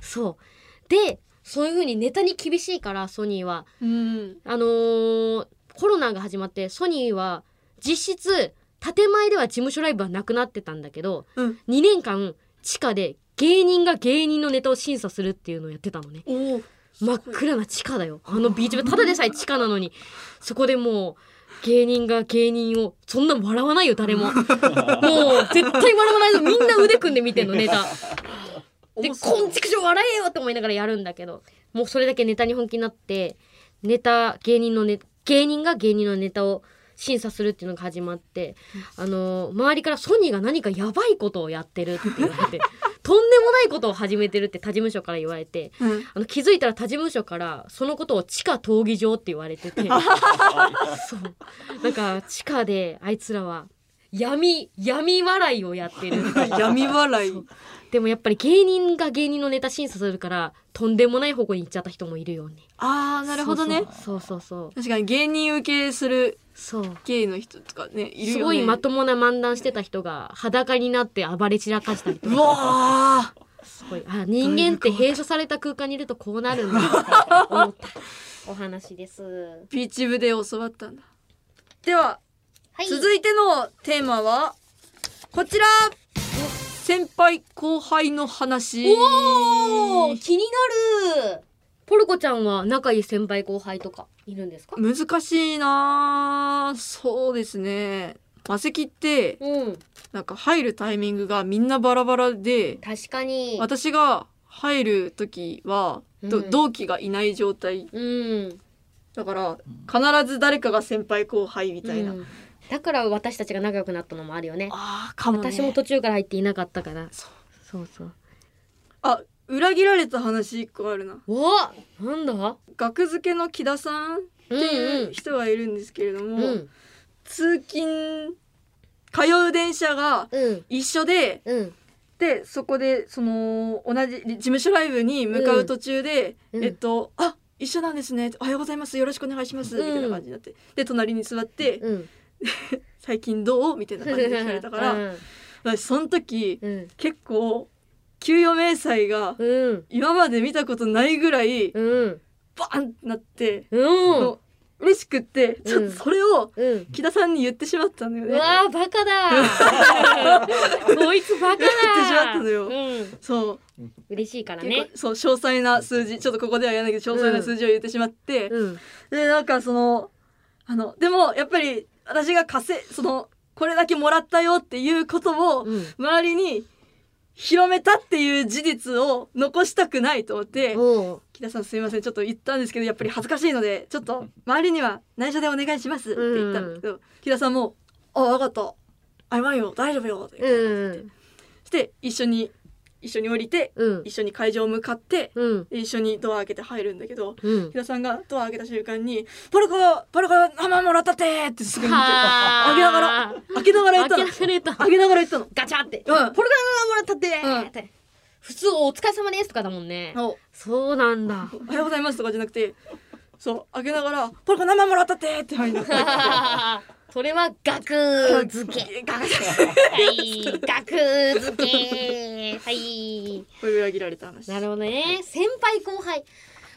Speaker 2: そうでそういう風にネタに厳しいからソニーは
Speaker 1: うん
Speaker 2: あのーコロナが始まってソニーは実質建前では事務所ライブはなくなってたんだけど
Speaker 1: うん
Speaker 2: 2年間地下で芸人が芸人のネタを審査するっていうのをやってたのね
Speaker 1: おー
Speaker 2: 真っ暗な地下だよあのビーチ部ただでさえ地下なのにそこでもう芸人が芸人をそんな笑わないよ誰ももう絶対笑わないぞみんな腕組んで見てんのネタで「
Speaker 1: 面白い
Speaker 2: こんちくしょう笑えよ!」って思いながらやるんだけどもうそれだけネタに本気になってネタ芸人のネ芸人が芸人のネタを審査するっていうのが始まって、あの周りからソニーが何かやばいことをやってるって言われてとんでもないことを始めてるって他事務所から言われて、
Speaker 1: うん
Speaker 2: あの気づいたら他事務所からそのことを地下闘技場って言わ れててそうなんか地下であいつらは闇闇笑いをやってる
Speaker 1: 闇笑い
Speaker 2: でもやっぱり芸人が芸人のネタ審査するからとんでもない方向に行っちゃった人もいるよね
Speaker 1: ああなるほどね
Speaker 2: そうそうそう
Speaker 1: 確かに芸人受けする
Speaker 2: そうそう
Speaker 1: 芸の人とかねいるよね
Speaker 2: すごいまともな漫談してた人が裸になって暴れ散らかしたりと
Speaker 1: う
Speaker 2: か
Speaker 1: わー
Speaker 2: すごいあ人間って閉鎖された空間にいるとこうなるんだって思った お話です
Speaker 1: ビーチ部で教わったんだでは
Speaker 2: はい
Speaker 1: 続いてのテーマはこちら先輩後輩の話
Speaker 2: おー気になるポルコちゃんは仲いい先輩後輩とかいるんですか
Speaker 1: 難しいなあそうですねマセキって
Speaker 2: うん
Speaker 1: なんか入るタイミングがみんなバラバラで
Speaker 2: 確かに
Speaker 1: 私が入る時は、ど
Speaker 2: うん
Speaker 1: 同期がいない状態
Speaker 2: うん
Speaker 1: だから必ず誰かが先輩後輩みたいな、
Speaker 2: うんだから私たちが仲良くなったのもあるよね
Speaker 1: あーかも、ね、
Speaker 2: 私も途中から入っていなかったから
Speaker 1: そう
Speaker 2: そうそう
Speaker 1: あ裏切られた話一個あるな
Speaker 2: おなんだ
Speaker 1: 学付けの木田さんっていう人がいるんですけれども、
Speaker 2: うん
Speaker 1: 通勤通う電車が
Speaker 2: うん
Speaker 1: 一緒で
Speaker 2: うん
Speaker 1: でそこでその同じ事務所ライブに向かう途中で、
Speaker 2: うん
Speaker 1: えっとあ一緒なんですねおはようございますよろしくお願いします、
Speaker 2: うん
Speaker 1: みたいな感じになってで隣に座って、
Speaker 2: うん
Speaker 1: 最近どうみたいな感じで聞かれたから、
Speaker 2: うん
Speaker 1: 私その時
Speaker 2: うん
Speaker 1: 結構給与明細が
Speaker 2: うん
Speaker 1: 今まで見たことないぐらい
Speaker 2: うん
Speaker 1: バーンってなって、
Speaker 2: うん
Speaker 1: もう嬉しくってちょっとそれを
Speaker 2: うん
Speaker 1: 木田さんに言ってしまったんだよ
Speaker 2: う
Speaker 1: ね。
Speaker 2: わーバカだ こいつバカだ
Speaker 1: 言ってしまったのよ
Speaker 2: うん、
Speaker 1: そう
Speaker 2: 嬉しいから
Speaker 1: 結
Speaker 2: ね
Speaker 1: 構そう詳細な数字ちょっとここでは言わないけど詳細な数字を言ってしまって、
Speaker 2: うん
Speaker 1: でなんかそのあのでもやっぱり私が稼いそのこれだけもらったよっていうことを
Speaker 2: うん
Speaker 1: 周りに広めたっていう事実を残したくないと思って
Speaker 2: おう
Speaker 1: 木田さんすいませんちょっと言ったんですけどやっぱり恥ずかしいのでちょっと周りには内緒でお願いしますって言ったんだけど、木田さんも「あ分かった謝るよ大丈夫よ」って言っ
Speaker 2: う
Speaker 1: て、
Speaker 2: ん
Speaker 1: して一緒に一緒に降りて
Speaker 2: うん
Speaker 1: 一緒に会場向かって
Speaker 2: うん
Speaker 1: 一緒にドア開けて入るんだけど
Speaker 2: うん
Speaker 1: 木田さんがドア開けた瞬間に「ポルコポルコ生もらったって!」ってすごい見て
Speaker 2: は
Speaker 1: 開
Speaker 2: ー
Speaker 1: けながら開けながら言ったの
Speaker 2: 開けながら言ったの
Speaker 1: 開けながら言ったの。
Speaker 2: ガチャって、
Speaker 1: うん
Speaker 2: ポルカーがもらったって、って普通お疲れ様ですとかだもんね
Speaker 1: お
Speaker 2: そうなんだ
Speaker 1: おはようございますとかじゃなくてそう開けながら「ポルコ生もらったって!」って入るの。
Speaker 2: それは額付けはい額付けはい
Speaker 1: これ裏切られた話。
Speaker 2: なるほどね先輩後輩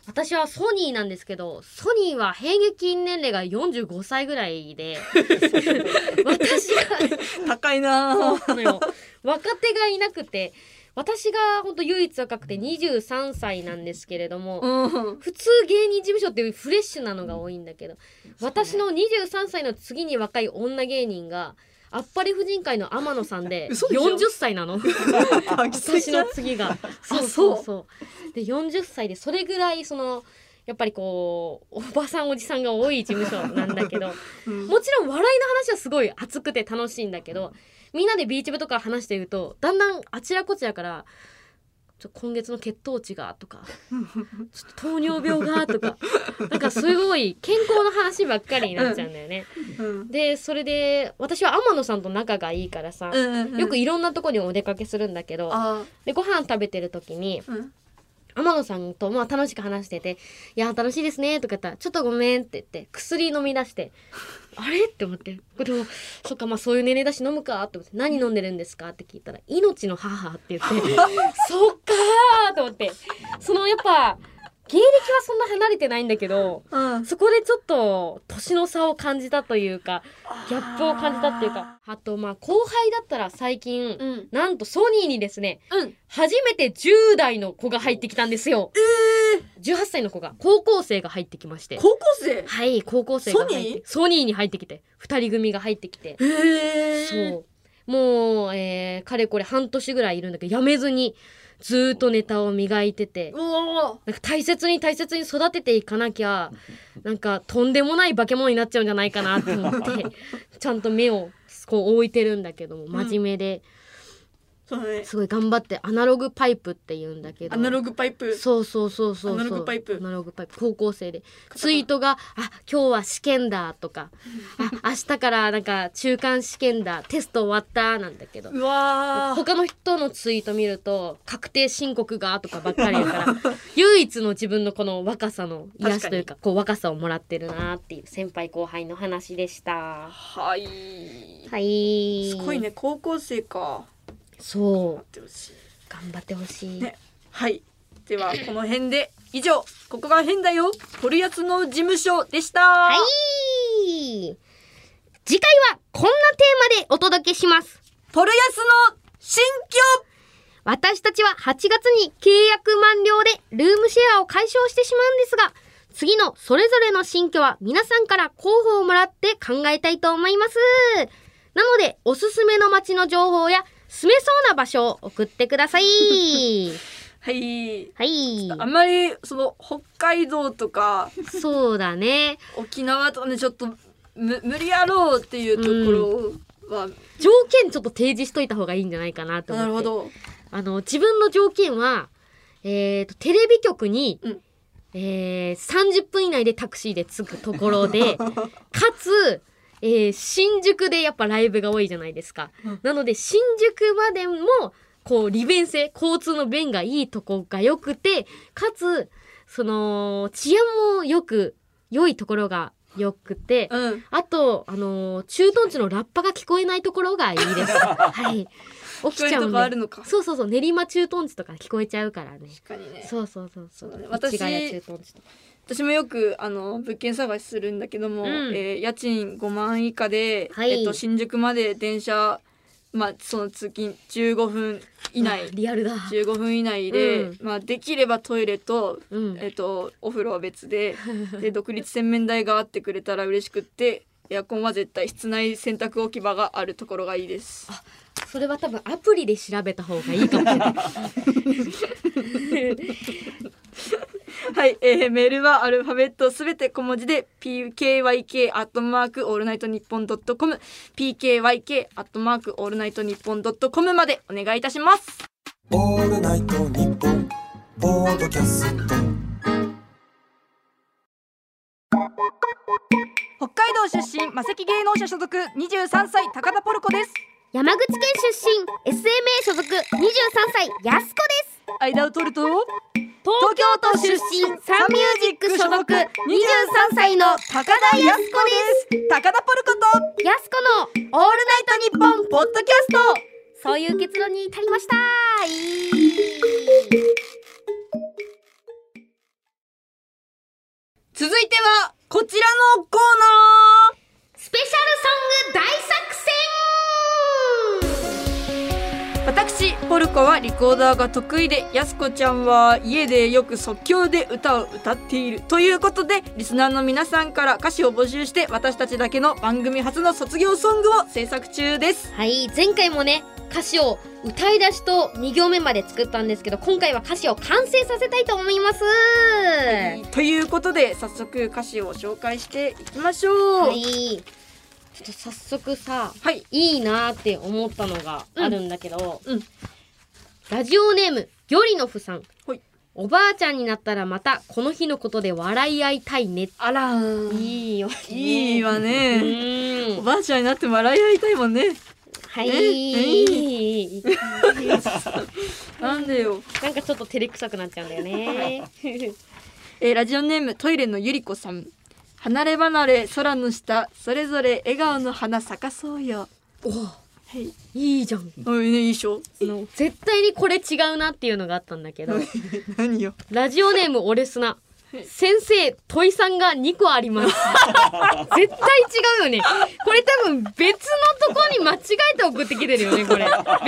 Speaker 2: 私はソニーなんですけどソニーは平均年齢が45歳ぐらい で私が
Speaker 1: 高いなぁ
Speaker 2: そうなのよ若手がいなくて私が本当唯一若くて23歳なんですけれども、
Speaker 1: うん。
Speaker 2: 普通芸人事務所ってフレッシュなのが多いんだけど、私の23歳の次に若い女芸人があっぱれ婦人会の天野さんで
Speaker 1: 嘘でしょ
Speaker 2: 40歳なの
Speaker 1: 飽きすぎ
Speaker 2: 私
Speaker 1: じゃ
Speaker 2: の
Speaker 1: ん
Speaker 2: 次がそう
Speaker 1: う
Speaker 2: そうそうで40歳でそれぐらいそのやっぱりこうおばさんおじさんが多い事務所なんだけど
Speaker 1: うん
Speaker 2: もちろん笑いの話はすごい熱くて楽しいんだけどみんなでビーチ部とか話しているとだんだんあちらこちらから「ちょ今月の血糖値が」とか「ちょっと糖尿病が」とかなんかすごい健康の話ばっかりになっちゃうんだよね。
Speaker 1: うん
Speaker 2: でそれで私は天野さんと仲がいいからさ、
Speaker 1: うんうん。
Speaker 2: よくいろんなとこにお出かけするんだけど
Speaker 1: あ
Speaker 2: でご飯食べてる時に
Speaker 1: ーうん
Speaker 2: 天野さんとまあ楽しく話してて「いや楽しいですね」とか言ったら「ちょっとごめん」って言って薬飲み出して「あれ?」って思って「でもそっかまあそういう年齢だし飲むか」って思って「何飲んでるんですか?」って聞いたら「命の母」って言って「そっかー」と思ってそのやっぱ芸歴はそんな離れてないんだけど
Speaker 1: うん。
Speaker 2: そこでちょっと年の差を感じたというかギャップを感じたっていうかあとまあ後輩だったら最近、
Speaker 1: うん。
Speaker 2: なんとソニーにですね
Speaker 1: うん。
Speaker 2: 初めて10代の子が入ってきたんですよ。え18歳の子が高校生が入ってきまして。
Speaker 1: 高校生
Speaker 2: はい、高校生が入ってソニーに入ってきて、二人組が入ってきて。
Speaker 1: へえ。
Speaker 2: そう。もう、えー、かれこれ半年ぐらいいるんだけど、やめずにずーっとネタを磨いてて
Speaker 1: う。おー
Speaker 2: なんか大切に大切に育てていかなきゃ、なんかとんでもない化け物になっちゃうんじゃないかなって思って、ちゃんと目をこう置いてるんだけども、真面目で、
Speaker 1: そうだね。
Speaker 2: すごい頑張って、アナログパイプって言うんだけど。
Speaker 1: アナログパイプ。
Speaker 2: そうそうそうそうそう
Speaker 1: アナログパイプ
Speaker 2: アナログパイプ高校生でツイートが「あ今日は試験だ」とか「あ明日からなんか中間試験だテスト終わった」なんだけど
Speaker 1: うわー
Speaker 2: 他の人のツイート見ると「確定申告が」とかばっかり だから唯一の自分のこの若さの癒しというかこう若さをもらってるなっていう先輩後輩の話でした。
Speaker 1: はい。
Speaker 2: はい
Speaker 1: すごいね、高校生か。
Speaker 2: そう
Speaker 1: ってほしい。
Speaker 2: 頑張ってほしい、
Speaker 1: ねはい。では、この辺で、以上、ここが変だよ、ポルヤツの事務所でした。は
Speaker 2: はい次回はこんなテーマでお届けします
Speaker 1: ポルヤスの新居
Speaker 2: 私たちは8月に契約満了でルームシェアを解消してしまうんですが、次のそれぞれの新居は皆さんから候補をもらって考えたいと思います。なので、おすすめの街の情報や住めそうな場所を送ってください。
Speaker 1: はい。
Speaker 2: はい。
Speaker 1: あんまりその北海道とか
Speaker 2: そうだね。
Speaker 1: 沖縄とかねちょっとむ無理やろうっていうところは、
Speaker 2: 条件ちょっと提示しといた方がいいんじゃないかなと思っ
Speaker 1: な
Speaker 2: て。
Speaker 1: るほど。
Speaker 2: あの、自分の条件は、えー、と、テレビ局に、
Speaker 1: うん
Speaker 2: えー、30分以内でタクシーで着くとこ ろで、かつ、えー新宿でやっぱライブが多いじゃないですか。なので、新宿までも、こう、利便性、交通の便がいいとこが良くて、かつ、その、治安もよく、良いところが良くて、
Speaker 1: うん。
Speaker 2: あと、あのー駐屯地のラッパが聞こえないところがいい です。はい。起きちゃ
Speaker 1: 聞こえる
Speaker 2: う
Speaker 1: と
Speaker 2: ん
Speaker 1: こあ
Speaker 2: で
Speaker 1: るのか
Speaker 2: そうそうそう、練馬駐屯地とか聞こえちゃうからね。
Speaker 1: 確かにね。
Speaker 2: そうそうそうそう。
Speaker 1: そうだね
Speaker 2: 市
Speaker 1: 私
Speaker 2: ヶ谷駐屯地とか。
Speaker 1: 私もよくあの物件探しするんだけども、
Speaker 2: うん
Speaker 1: えー家賃5万以下で、
Speaker 2: はい
Speaker 1: えっと新宿まで電車まあその通勤15分以内
Speaker 2: うわリアルだ。
Speaker 1: 15分以内で、
Speaker 2: うん
Speaker 1: まあできればトイレと
Speaker 2: うん。
Speaker 1: えっとお風呂は別でで独立洗面台があってくれたら嬉しくってエアコンは絶対室内洗濯置き場があるところがいいです
Speaker 2: それは多分アプリで調べた方がいいかもしれない。
Speaker 1: はい、えー、メールはアルファベットすべて小文字で pkyk アットマークオールナイトニッポンドットコム pkyk アットマークオールナイトニッポンドットコムまでお願いいたします。
Speaker 3: オールナイトニッポンポッドキャスト
Speaker 1: 北海道出身マセキ芸能者所属23歳高田ポルコです。
Speaker 2: 山口県出身、SMA 所属、23歳、やすこです。
Speaker 1: 間を取ると
Speaker 2: 東京都出身、サンミュージック所属、23歳の
Speaker 1: 高田康子です。高田ポルコと
Speaker 2: やすこの
Speaker 1: オールナイトニッポンポッドキャスト。
Speaker 2: そういう結論に至りました。
Speaker 1: 続いてはこちらのコーナー。
Speaker 2: スペシャルソング大作戦
Speaker 1: 私ポルコはリコーダーが得意でやすこちゃんは家でよく即興で歌を歌っているということでリスナーの皆さんから歌詞を募集して私たちだけの番組初の卒業ソングを制作中です
Speaker 2: はい、前回もね、歌詞を歌い出しと2行目まで作ったんですけど、今回は歌詞を完成させたいと思います。は
Speaker 1: ということで早速歌詞を紹介していきましょうはい、
Speaker 2: い。ちょっと早速さ、いいなーって思ったのがあるんだけど、
Speaker 1: うんうん
Speaker 2: ラジオネーム、ヨリノフさん。
Speaker 1: はい
Speaker 2: おばあちゃんになったらまたこの日のことで笑い合いたいね。
Speaker 1: あらい
Speaker 2: いいよ、ね。
Speaker 1: いわ
Speaker 2: う
Speaker 1: ね
Speaker 2: ーん
Speaker 1: おばあちゃんになって笑い合いたいもんね
Speaker 2: はい、
Speaker 1: なんでよ、
Speaker 2: なんかちょっと照れくさくなっちゃうんだよね。
Speaker 1: えーラジオネームトイレのゆりこさん離れ離れ空の下それぞれ笑顔の花咲かそうよ
Speaker 2: お
Speaker 1: はい
Speaker 2: いいじゃん。
Speaker 1: うん、いいでし ょ。
Speaker 2: 絶対にこれ違うなっていうのがあったんだけど、
Speaker 1: 何よ。
Speaker 2: ラジオネームオレスナ。先生、問いさんが2個あります。絶対違うよね。これ多分別のとこに間違えて送ってきてるよね、これ。別のコーナ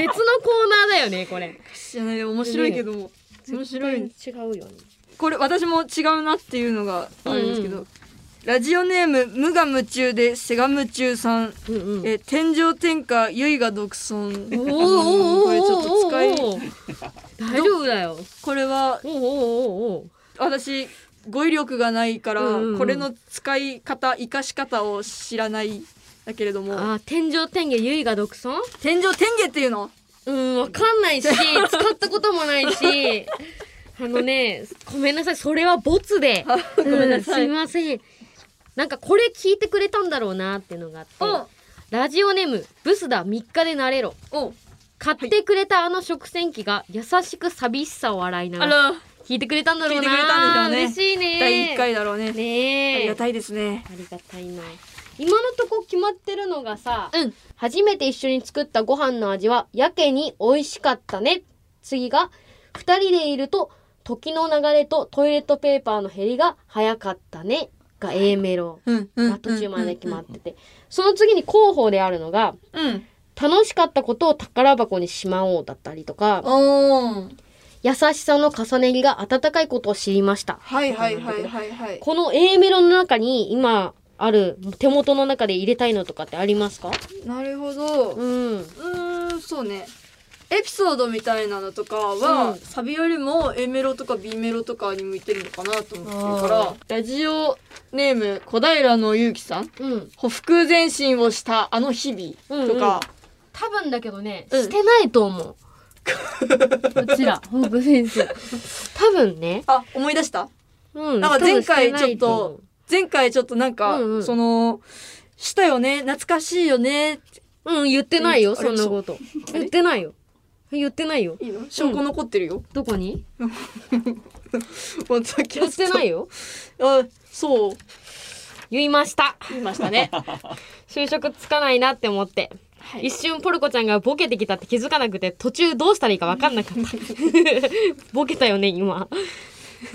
Speaker 2: ーだよね、これ。
Speaker 1: じゃない、面白いけども。面白い。
Speaker 2: 絶対違うよね。
Speaker 1: これ、私も違うなっていうのがあるんですけど。
Speaker 2: うんう
Speaker 1: ラジオネーム無我夢中でセガ夢中さん、
Speaker 2: うんうん。
Speaker 1: えー天井天下ゆいが独尊
Speaker 2: おーおー
Speaker 1: これちょっと使
Speaker 2: おーおー
Speaker 1: い
Speaker 2: おー大丈夫だよ。
Speaker 1: これは
Speaker 2: おーおーおーおー
Speaker 1: 私語彙力がないから、
Speaker 2: うんうん
Speaker 1: これの使い方生かし方を知らないだけれども
Speaker 2: あー天井天下唯が独尊
Speaker 1: 天井天下っていうの
Speaker 2: うんわかんな いし使ったこともないしあのねごめんなさいそれはボツで
Speaker 1: あ ごめんなさい、
Speaker 2: うすみませんなんかこれ聞いてくれたんだろうなっていうのがあって
Speaker 1: お
Speaker 2: ラジオネームブスだ3日でなれろ
Speaker 1: お
Speaker 2: 買ってくれたあの食洗機が優しく寂しさを洗いな
Speaker 1: あ
Speaker 2: がら
Speaker 1: ら
Speaker 2: 聞いてくれたんだろうな
Speaker 1: 聞いてくれたんでしょうね
Speaker 2: 嬉しいね
Speaker 1: 第1回だろうねあ
Speaker 2: ね
Speaker 1: り
Speaker 2: え
Speaker 1: がたいですね
Speaker 2: ありがたいな今のとこ決まってるのがさ、
Speaker 1: うん
Speaker 2: 初めて一緒に作ったご飯の味はやけに美味しかったね次が二人でいると時の流れとトイレットペーパーの減りが早かったねが A メロ
Speaker 1: うんうんうんうん
Speaker 2: が途中まで決まっててその次に広報であるのが
Speaker 1: うん
Speaker 2: 楽しかったことを宝箱にしまおうだったりとか
Speaker 1: うん
Speaker 2: 優しさの重ね着が温かいことを知りました
Speaker 1: はいはいはいはいはい
Speaker 2: この A メロの中に今ある手元の中で入れたいのとかってありますか
Speaker 1: なるほどう
Speaker 2: うん
Speaker 1: ーんそうねエピソードみたいなのとかは、
Speaker 2: うん
Speaker 1: サビよりも A メロとか B メロとかに向いてるのかなと思ってる
Speaker 2: あ
Speaker 1: からラジオネーム小平のゆうきさん
Speaker 2: うん
Speaker 1: 「ほふく前進をしたあの日々」とか、
Speaker 2: 多分だけどね、
Speaker 1: うん
Speaker 2: してないと思ううち らほんと先生多分ね
Speaker 1: あ思い出した
Speaker 2: うん
Speaker 1: なんか前回ちょっと
Speaker 2: 多分してない思う
Speaker 1: 前回ちょっとなんか、
Speaker 2: うんうん
Speaker 1: その「したよね懐かしいよね
Speaker 2: うん言ってないよ
Speaker 1: あれ
Speaker 2: そんなこと言ってないよ言ってないよ」
Speaker 1: いいの証拠残ってるよ、
Speaker 2: どこに
Speaker 1: ポッドキャ
Speaker 2: 言っ
Speaker 1: スト
Speaker 2: てないよ
Speaker 1: あそう
Speaker 2: 言いました
Speaker 1: 言いましたね
Speaker 2: 就職つかないなって思って、
Speaker 1: い
Speaker 2: 一瞬ポルコちゃんがボケてきたって気づかなくて途中どうしたらいいか分かんなかった ボケたよね今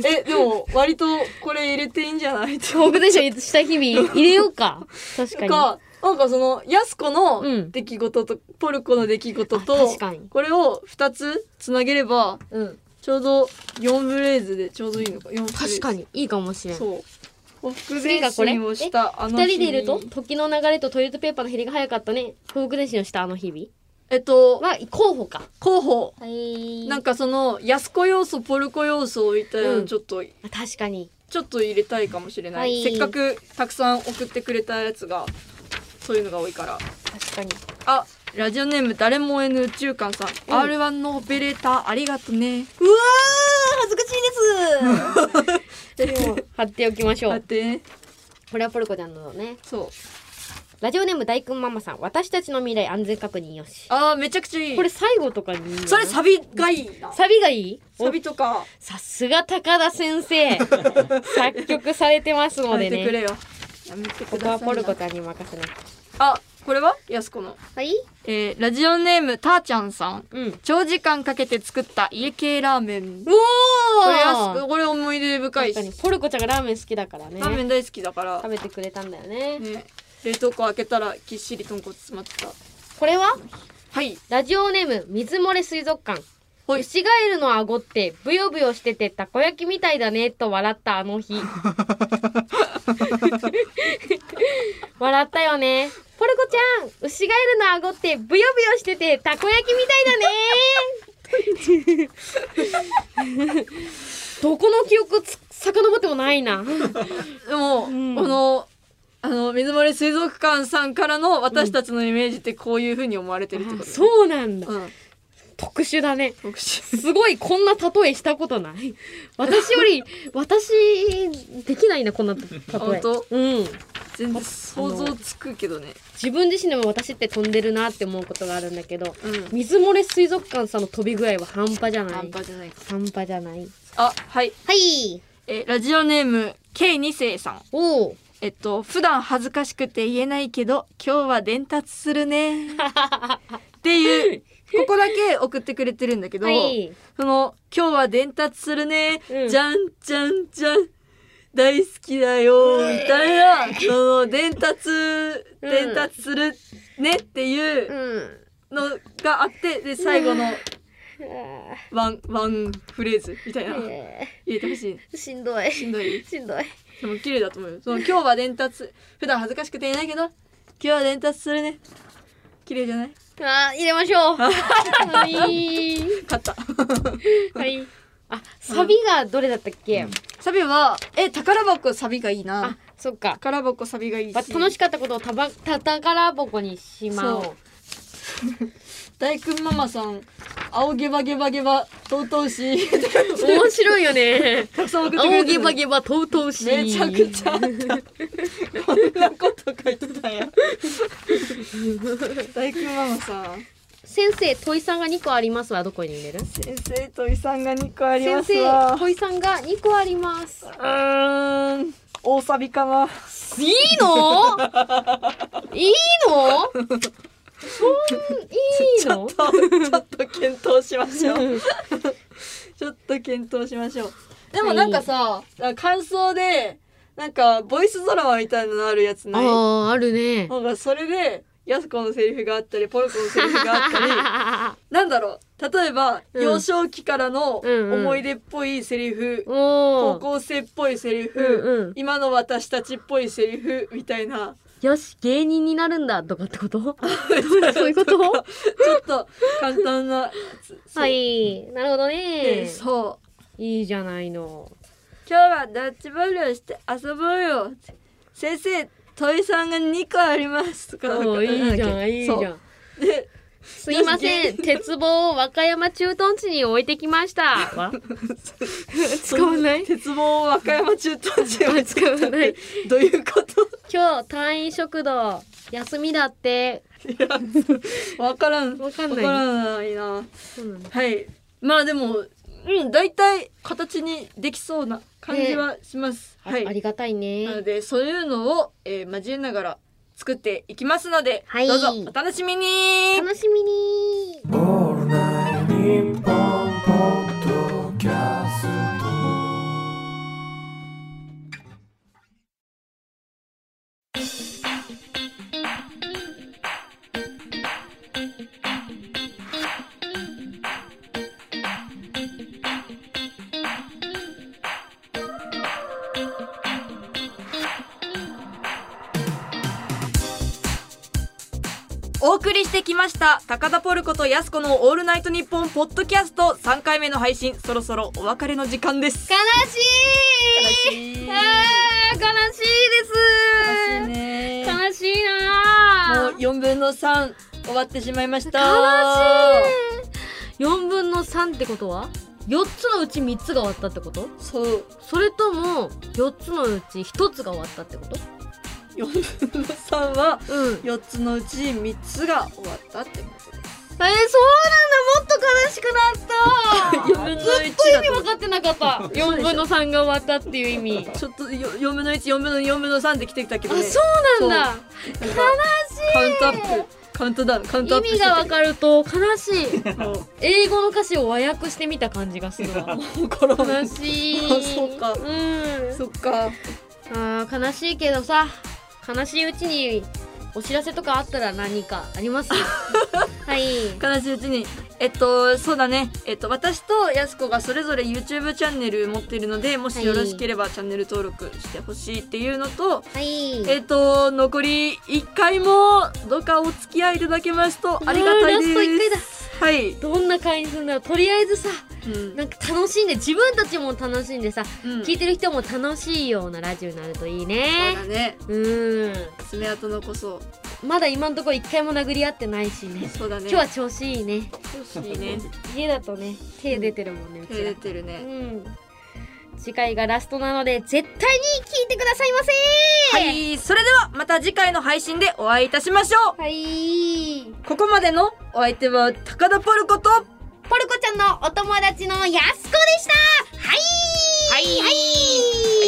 Speaker 1: えでも割とこれ入れていいんじゃ ないと
Speaker 2: 僕でしょした日々入れようか確かに
Speaker 1: かなんかそのやす子
Speaker 2: う
Speaker 1: の
Speaker 2: ん
Speaker 1: 出来事と、ポルコの出来事
Speaker 2: あ
Speaker 1: と
Speaker 2: 確かに
Speaker 1: これを2つつなげれば
Speaker 2: うん、
Speaker 1: ちょうど4フレーズでちょうどいいのか4フレーズ
Speaker 2: 確かにいいかもしれん
Speaker 1: そう報復
Speaker 2: 次
Speaker 1: 前
Speaker 2: がこれ
Speaker 1: 進をしたあの
Speaker 2: 二
Speaker 1: 日
Speaker 2: 人でいると時の流れとトイレットペーパーの減りが早かったね報復練習をしたあの日々
Speaker 1: えっと
Speaker 2: は候補か
Speaker 1: 候補
Speaker 2: はい
Speaker 1: なんかそのやす子要素ポルコ要素みたいな
Speaker 2: う
Speaker 1: の
Speaker 2: ん
Speaker 1: ちょっと、
Speaker 2: あ確かに
Speaker 1: ちょっと入れたいかもしれな、
Speaker 2: はいい
Speaker 1: せっかくたくさん送ってくれたやつがそういうのが多いから
Speaker 2: 確かに
Speaker 1: あラジオネーム誰も追えぬ宇宙館さん、
Speaker 2: ん
Speaker 1: R1 のオペレーターありがとね
Speaker 2: うわー恥ずかしい ですでも貼っておきましょ
Speaker 1: だっ
Speaker 2: う
Speaker 1: てね
Speaker 2: これはポルコちゃんのね
Speaker 1: そう
Speaker 2: ラジオネーム大君ママさん私たちの未来安全確認よし
Speaker 1: あーめちゃくちゃいい
Speaker 2: これ最後とかにいいよね
Speaker 1: それサビがいいな
Speaker 2: サビがいい
Speaker 1: サビとか
Speaker 2: さすが高田 先生作曲されてますの
Speaker 1: や
Speaker 2: で
Speaker 1: めてくれ
Speaker 2: ね
Speaker 1: よやめて
Speaker 2: こ
Speaker 1: く
Speaker 2: こ
Speaker 1: だ
Speaker 2: は
Speaker 1: さ
Speaker 2: ポ
Speaker 1: い
Speaker 2: ル
Speaker 1: な
Speaker 2: コちゃんに任せな
Speaker 1: あこれはやすこの、
Speaker 2: はい
Speaker 1: えー、ラジオネームたーちゃんさん
Speaker 2: うん
Speaker 1: 長時間かけて作った家系ラーメンこ
Speaker 2: お
Speaker 1: れやす
Speaker 2: ー
Speaker 1: これ思い出深い
Speaker 2: 確
Speaker 1: し
Speaker 2: かにポルコちゃんがラーメン好きだからね
Speaker 1: ラーメン大好きだから
Speaker 2: 食べてくれたんだよね
Speaker 1: ね冷凍庫開けたらぎっしり豚骨詰まってた
Speaker 2: これは
Speaker 1: はい
Speaker 2: ラジオネーム水漏れ水族館
Speaker 1: はい
Speaker 2: ウシガエルの顎ってブヨブヨしててたこ焼きみたいだねと笑ったあの日笑ったよねポルコちゃんウシガエルの顎ってブヨブヨしててたこ焼きみたいだねどこの記憶つ遡ってもないな
Speaker 1: でも、
Speaker 2: ん
Speaker 1: このあの水森水族館さんからの私たちのイメージってこういうふうに思われてるってこと、
Speaker 2: そうなんだ
Speaker 1: うん、
Speaker 2: 特殊だね
Speaker 1: 特殊
Speaker 2: すごいこんな例えしたことない。私より私できないなこんな例え。
Speaker 1: 本当
Speaker 2: うん。
Speaker 1: 全然想像つくけどね
Speaker 2: 自分自身でも私って飛んでるなって思うことがあるんだけど、
Speaker 1: うん
Speaker 2: 水漏れ水族館さんの飛び具合は半端じゃない。
Speaker 1: 半端じゃないか
Speaker 2: 半端じゃない。
Speaker 1: あはい
Speaker 2: はい。
Speaker 1: えラジオネーム K2 世さん
Speaker 2: おお。
Speaker 1: えっと普段恥ずかしくて言えないけど今日は伝達する ねっていうここだけ送ってくれてるんだけど、
Speaker 2: はい。
Speaker 1: その「今日は伝達するね、
Speaker 2: うん
Speaker 1: じゃんじゃんじゃん大好きだよ」みたいなその伝達
Speaker 2: ん。
Speaker 1: 伝達するねっていううんのがあってで最後のワンワンフレーズみたいな入れてほしい
Speaker 2: しんどい。
Speaker 1: しんどい
Speaker 2: しんどい。
Speaker 1: でも綺麗だと思うよその「今日は伝達普段恥ずかしくて言えないけど今日は伝達するね」綺麗じゃない
Speaker 2: あー入れましょう。 はい。
Speaker 1: 勝った
Speaker 2: はい。あサビがどれだったっけ？
Speaker 1: サビはえ宝箱サビがいい
Speaker 2: あ
Speaker 1: な
Speaker 2: そっか。
Speaker 1: 宝箱サビがいいし
Speaker 2: ま楽しかったことをたばた宝箱にしまおう
Speaker 1: そう 大君ママさん青ゲバゲバゲバとうとうし
Speaker 2: 面白いよ ね
Speaker 1: たくさん送ってくれ
Speaker 2: 青
Speaker 1: て
Speaker 2: ゲ
Speaker 1: る
Speaker 2: バゲバとうとうし
Speaker 1: めちゃくちゃあったこんなこと書いてたんや大君ママさん
Speaker 2: 先生問いさんが2個ありますはどこに入れる
Speaker 1: 先生と遺産が2個ありま
Speaker 2: 先
Speaker 1: すわ
Speaker 2: 生問いさんが2個あります
Speaker 1: うーん大サビかない
Speaker 2: いのいいのそんいいの
Speaker 1: ちょちょっと検討しましょ うちょっと検討しましょうでもなんかさ、感想でなんかボイスドラマみたいなのあるやつない
Speaker 2: あーあるね
Speaker 1: なんかそれでやす子のセリフがあったりポルコのセリフが あったりなんだろう例えば、
Speaker 2: うん
Speaker 1: 幼少期からの
Speaker 2: うんうん
Speaker 1: 思い出っぽいセリフ、
Speaker 2: お
Speaker 1: 高
Speaker 2: お
Speaker 1: 校生っぽいセリフ、
Speaker 2: うんうん
Speaker 1: 今の私たちっぽいセリフみたいな
Speaker 2: よし芸人になるんだとかってことどういう そういうこと
Speaker 1: とかちょっと簡単なそう
Speaker 2: はいなるほどね、
Speaker 1: でそう
Speaker 2: いいじゃないの
Speaker 1: 今日はダッチボールをして遊ぼうよ先生問いさんが2個ありますとかなん
Speaker 2: お
Speaker 1: か
Speaker 2: ーいいじ
Speaker 1: な
Speaker 2: ゃ
Speaker 1: だっ
Speaker 2: ん
Speaker 1: け
Speaker 2: いいじ
Speaker 1: そ
Speaker 2: ゃ
Speaker 1: うんです
Speaker 2: いません鉄棒を和歌山駐屯地に置いてきましたわ 使わない
Speaker 1: 鉄棒を和歌山中等地
Speaker 2: あ
Speaker 1: に
Speaker 2: 使わない
Speaker 1: どういうこ
Speaker 2: 今日隊員食堂休みだって
Speaker 1: とわからん
Speaker 2: わかんない
Speaker 1: わからないな
Speaker 2: そうなんだ
Speaker 1: はいまあでもうん大体形にできそうな感じはします、
Speaker 2: あ,、
Speaker 1: は
Speaker 2: あ
Speaker 1: い
Speaker 2: りがたい
Speaker 1: なの
Speaker 2: ね
Speaker 1: でそういうのを、えー交えながら作っていきますので、
Speaker 2: はい
Speaker 1: どうぞお楽しみに
Speaker 2: 楽しみに
Speaker 3: オールナイトニッポンポッドキャスト
Speaker 1: お送りしてきました高田ポルコとやすこのオールナイトニッポンポッドキャスト3回目の配信そろそろお別れの時間です
Speaker 2: 悲しい
Speaker 1: しい
Speaker 2: あー悲し
Speaker 1: 悲しい
Speaker 2: いです
Speaker 1: ね
Speaker 2: 悲しい
Speaker 1: も
Speaker 2: な
Speaker 1: う4分の3終わってしまいました
Speaker 2: あ悲しい4分の3ってことは4つのうち3つが終わったってこと
Speaker 1: しいそう
Speaker 2: それとも4つのうち1つが終わったってこと
Speaker 1: 4分の3は
Speaker 2: うんえ
Speaker 1: 4
Speaker 2: ー、そうなんだも
Speaker 1: つのうち3つが終わったってことです
Speaker 2: っと悲しくなった
Speaker 1: 4分の1
Speaker 2: ずっと意味 分
Speaker 1: だ
Speaker 2: かってなか った4分の3が終わったっていう意味
Speaker 1: とちょっとよ4分の14分の4分の3で来てきたけど、
Speaker 2: あ
Speaker 1: ね、
Speaker 2: そうなんだ
Speaker 1: なんかカウントア
Speaker 2: 悲しい
Speaker 1: ップカウントダウンカウントア
Speaker 2: 意
Speaker 1: ップ
Speaker 2: 味がわかると悲しい
Speaker 1: るも
Speaker 2: 英語の歌詞を和訳してみた感じがする わ
Speaker 1: うわからん
Speaker 2: 悲しい
Speaker 1: あそうか
Speaker 2: ん
Speaker 1: そっか
Speaker 2: あー悲しいけどさ悲しいうちにお知らせとかあったら何かあります はい
Speaker 1: 悲しいうちにえっとそうだねえっと私とやすこがそれぞれ YouTube チャンネル持っているのでも
Speaker 2: は
Speaker 1: し
Speaker 2: い
Speaker 1: よろしければチャンネル登録してほしいっていうのと、
Speaker 2: はい
Speaker 1: えっと残り1回もどうかお付き合いいただけますとありがたいです
Speaker 2: うわーラ
Speaker 1: はい、
Speaker 2: どんな会にするんだろうとりあえずさ
Speaker 1: うん
Speaker 2: なんか楽しんで自分たちも楽しんでさ、
Speaker 1: うん
Speaker 2: 聞いてる人も楽しいようなラジオになるといい
Speaker 1: そう
Speaker 2: ね
Speaker 1: だね
Speaker 2: うん
Speaker 1: 爪痕残そう
Speaker 2: まだ今のところ一回も殴り合ってないしね
Speaker 1: そうだね
Speaker 2: 今日は調子いいね
Speaker 1: 調子いいね
Speaker 2: 家だとね手出てるもんねう
Speaker 1: 手
Speaker 2: ちら
Speaker 1: 出てるね
Speaker 2: うん次回がラストなので絶対に聞いてくださいませ
Speaker 1: はいそれではまた次回の配信でお会いいたしましょ
Speaker 2: はい。
Speaker 1: うここまでのお相手は高田ポルコと
Speaker 2: ポルコちゃんのお友達のやすこでしたはいはいはい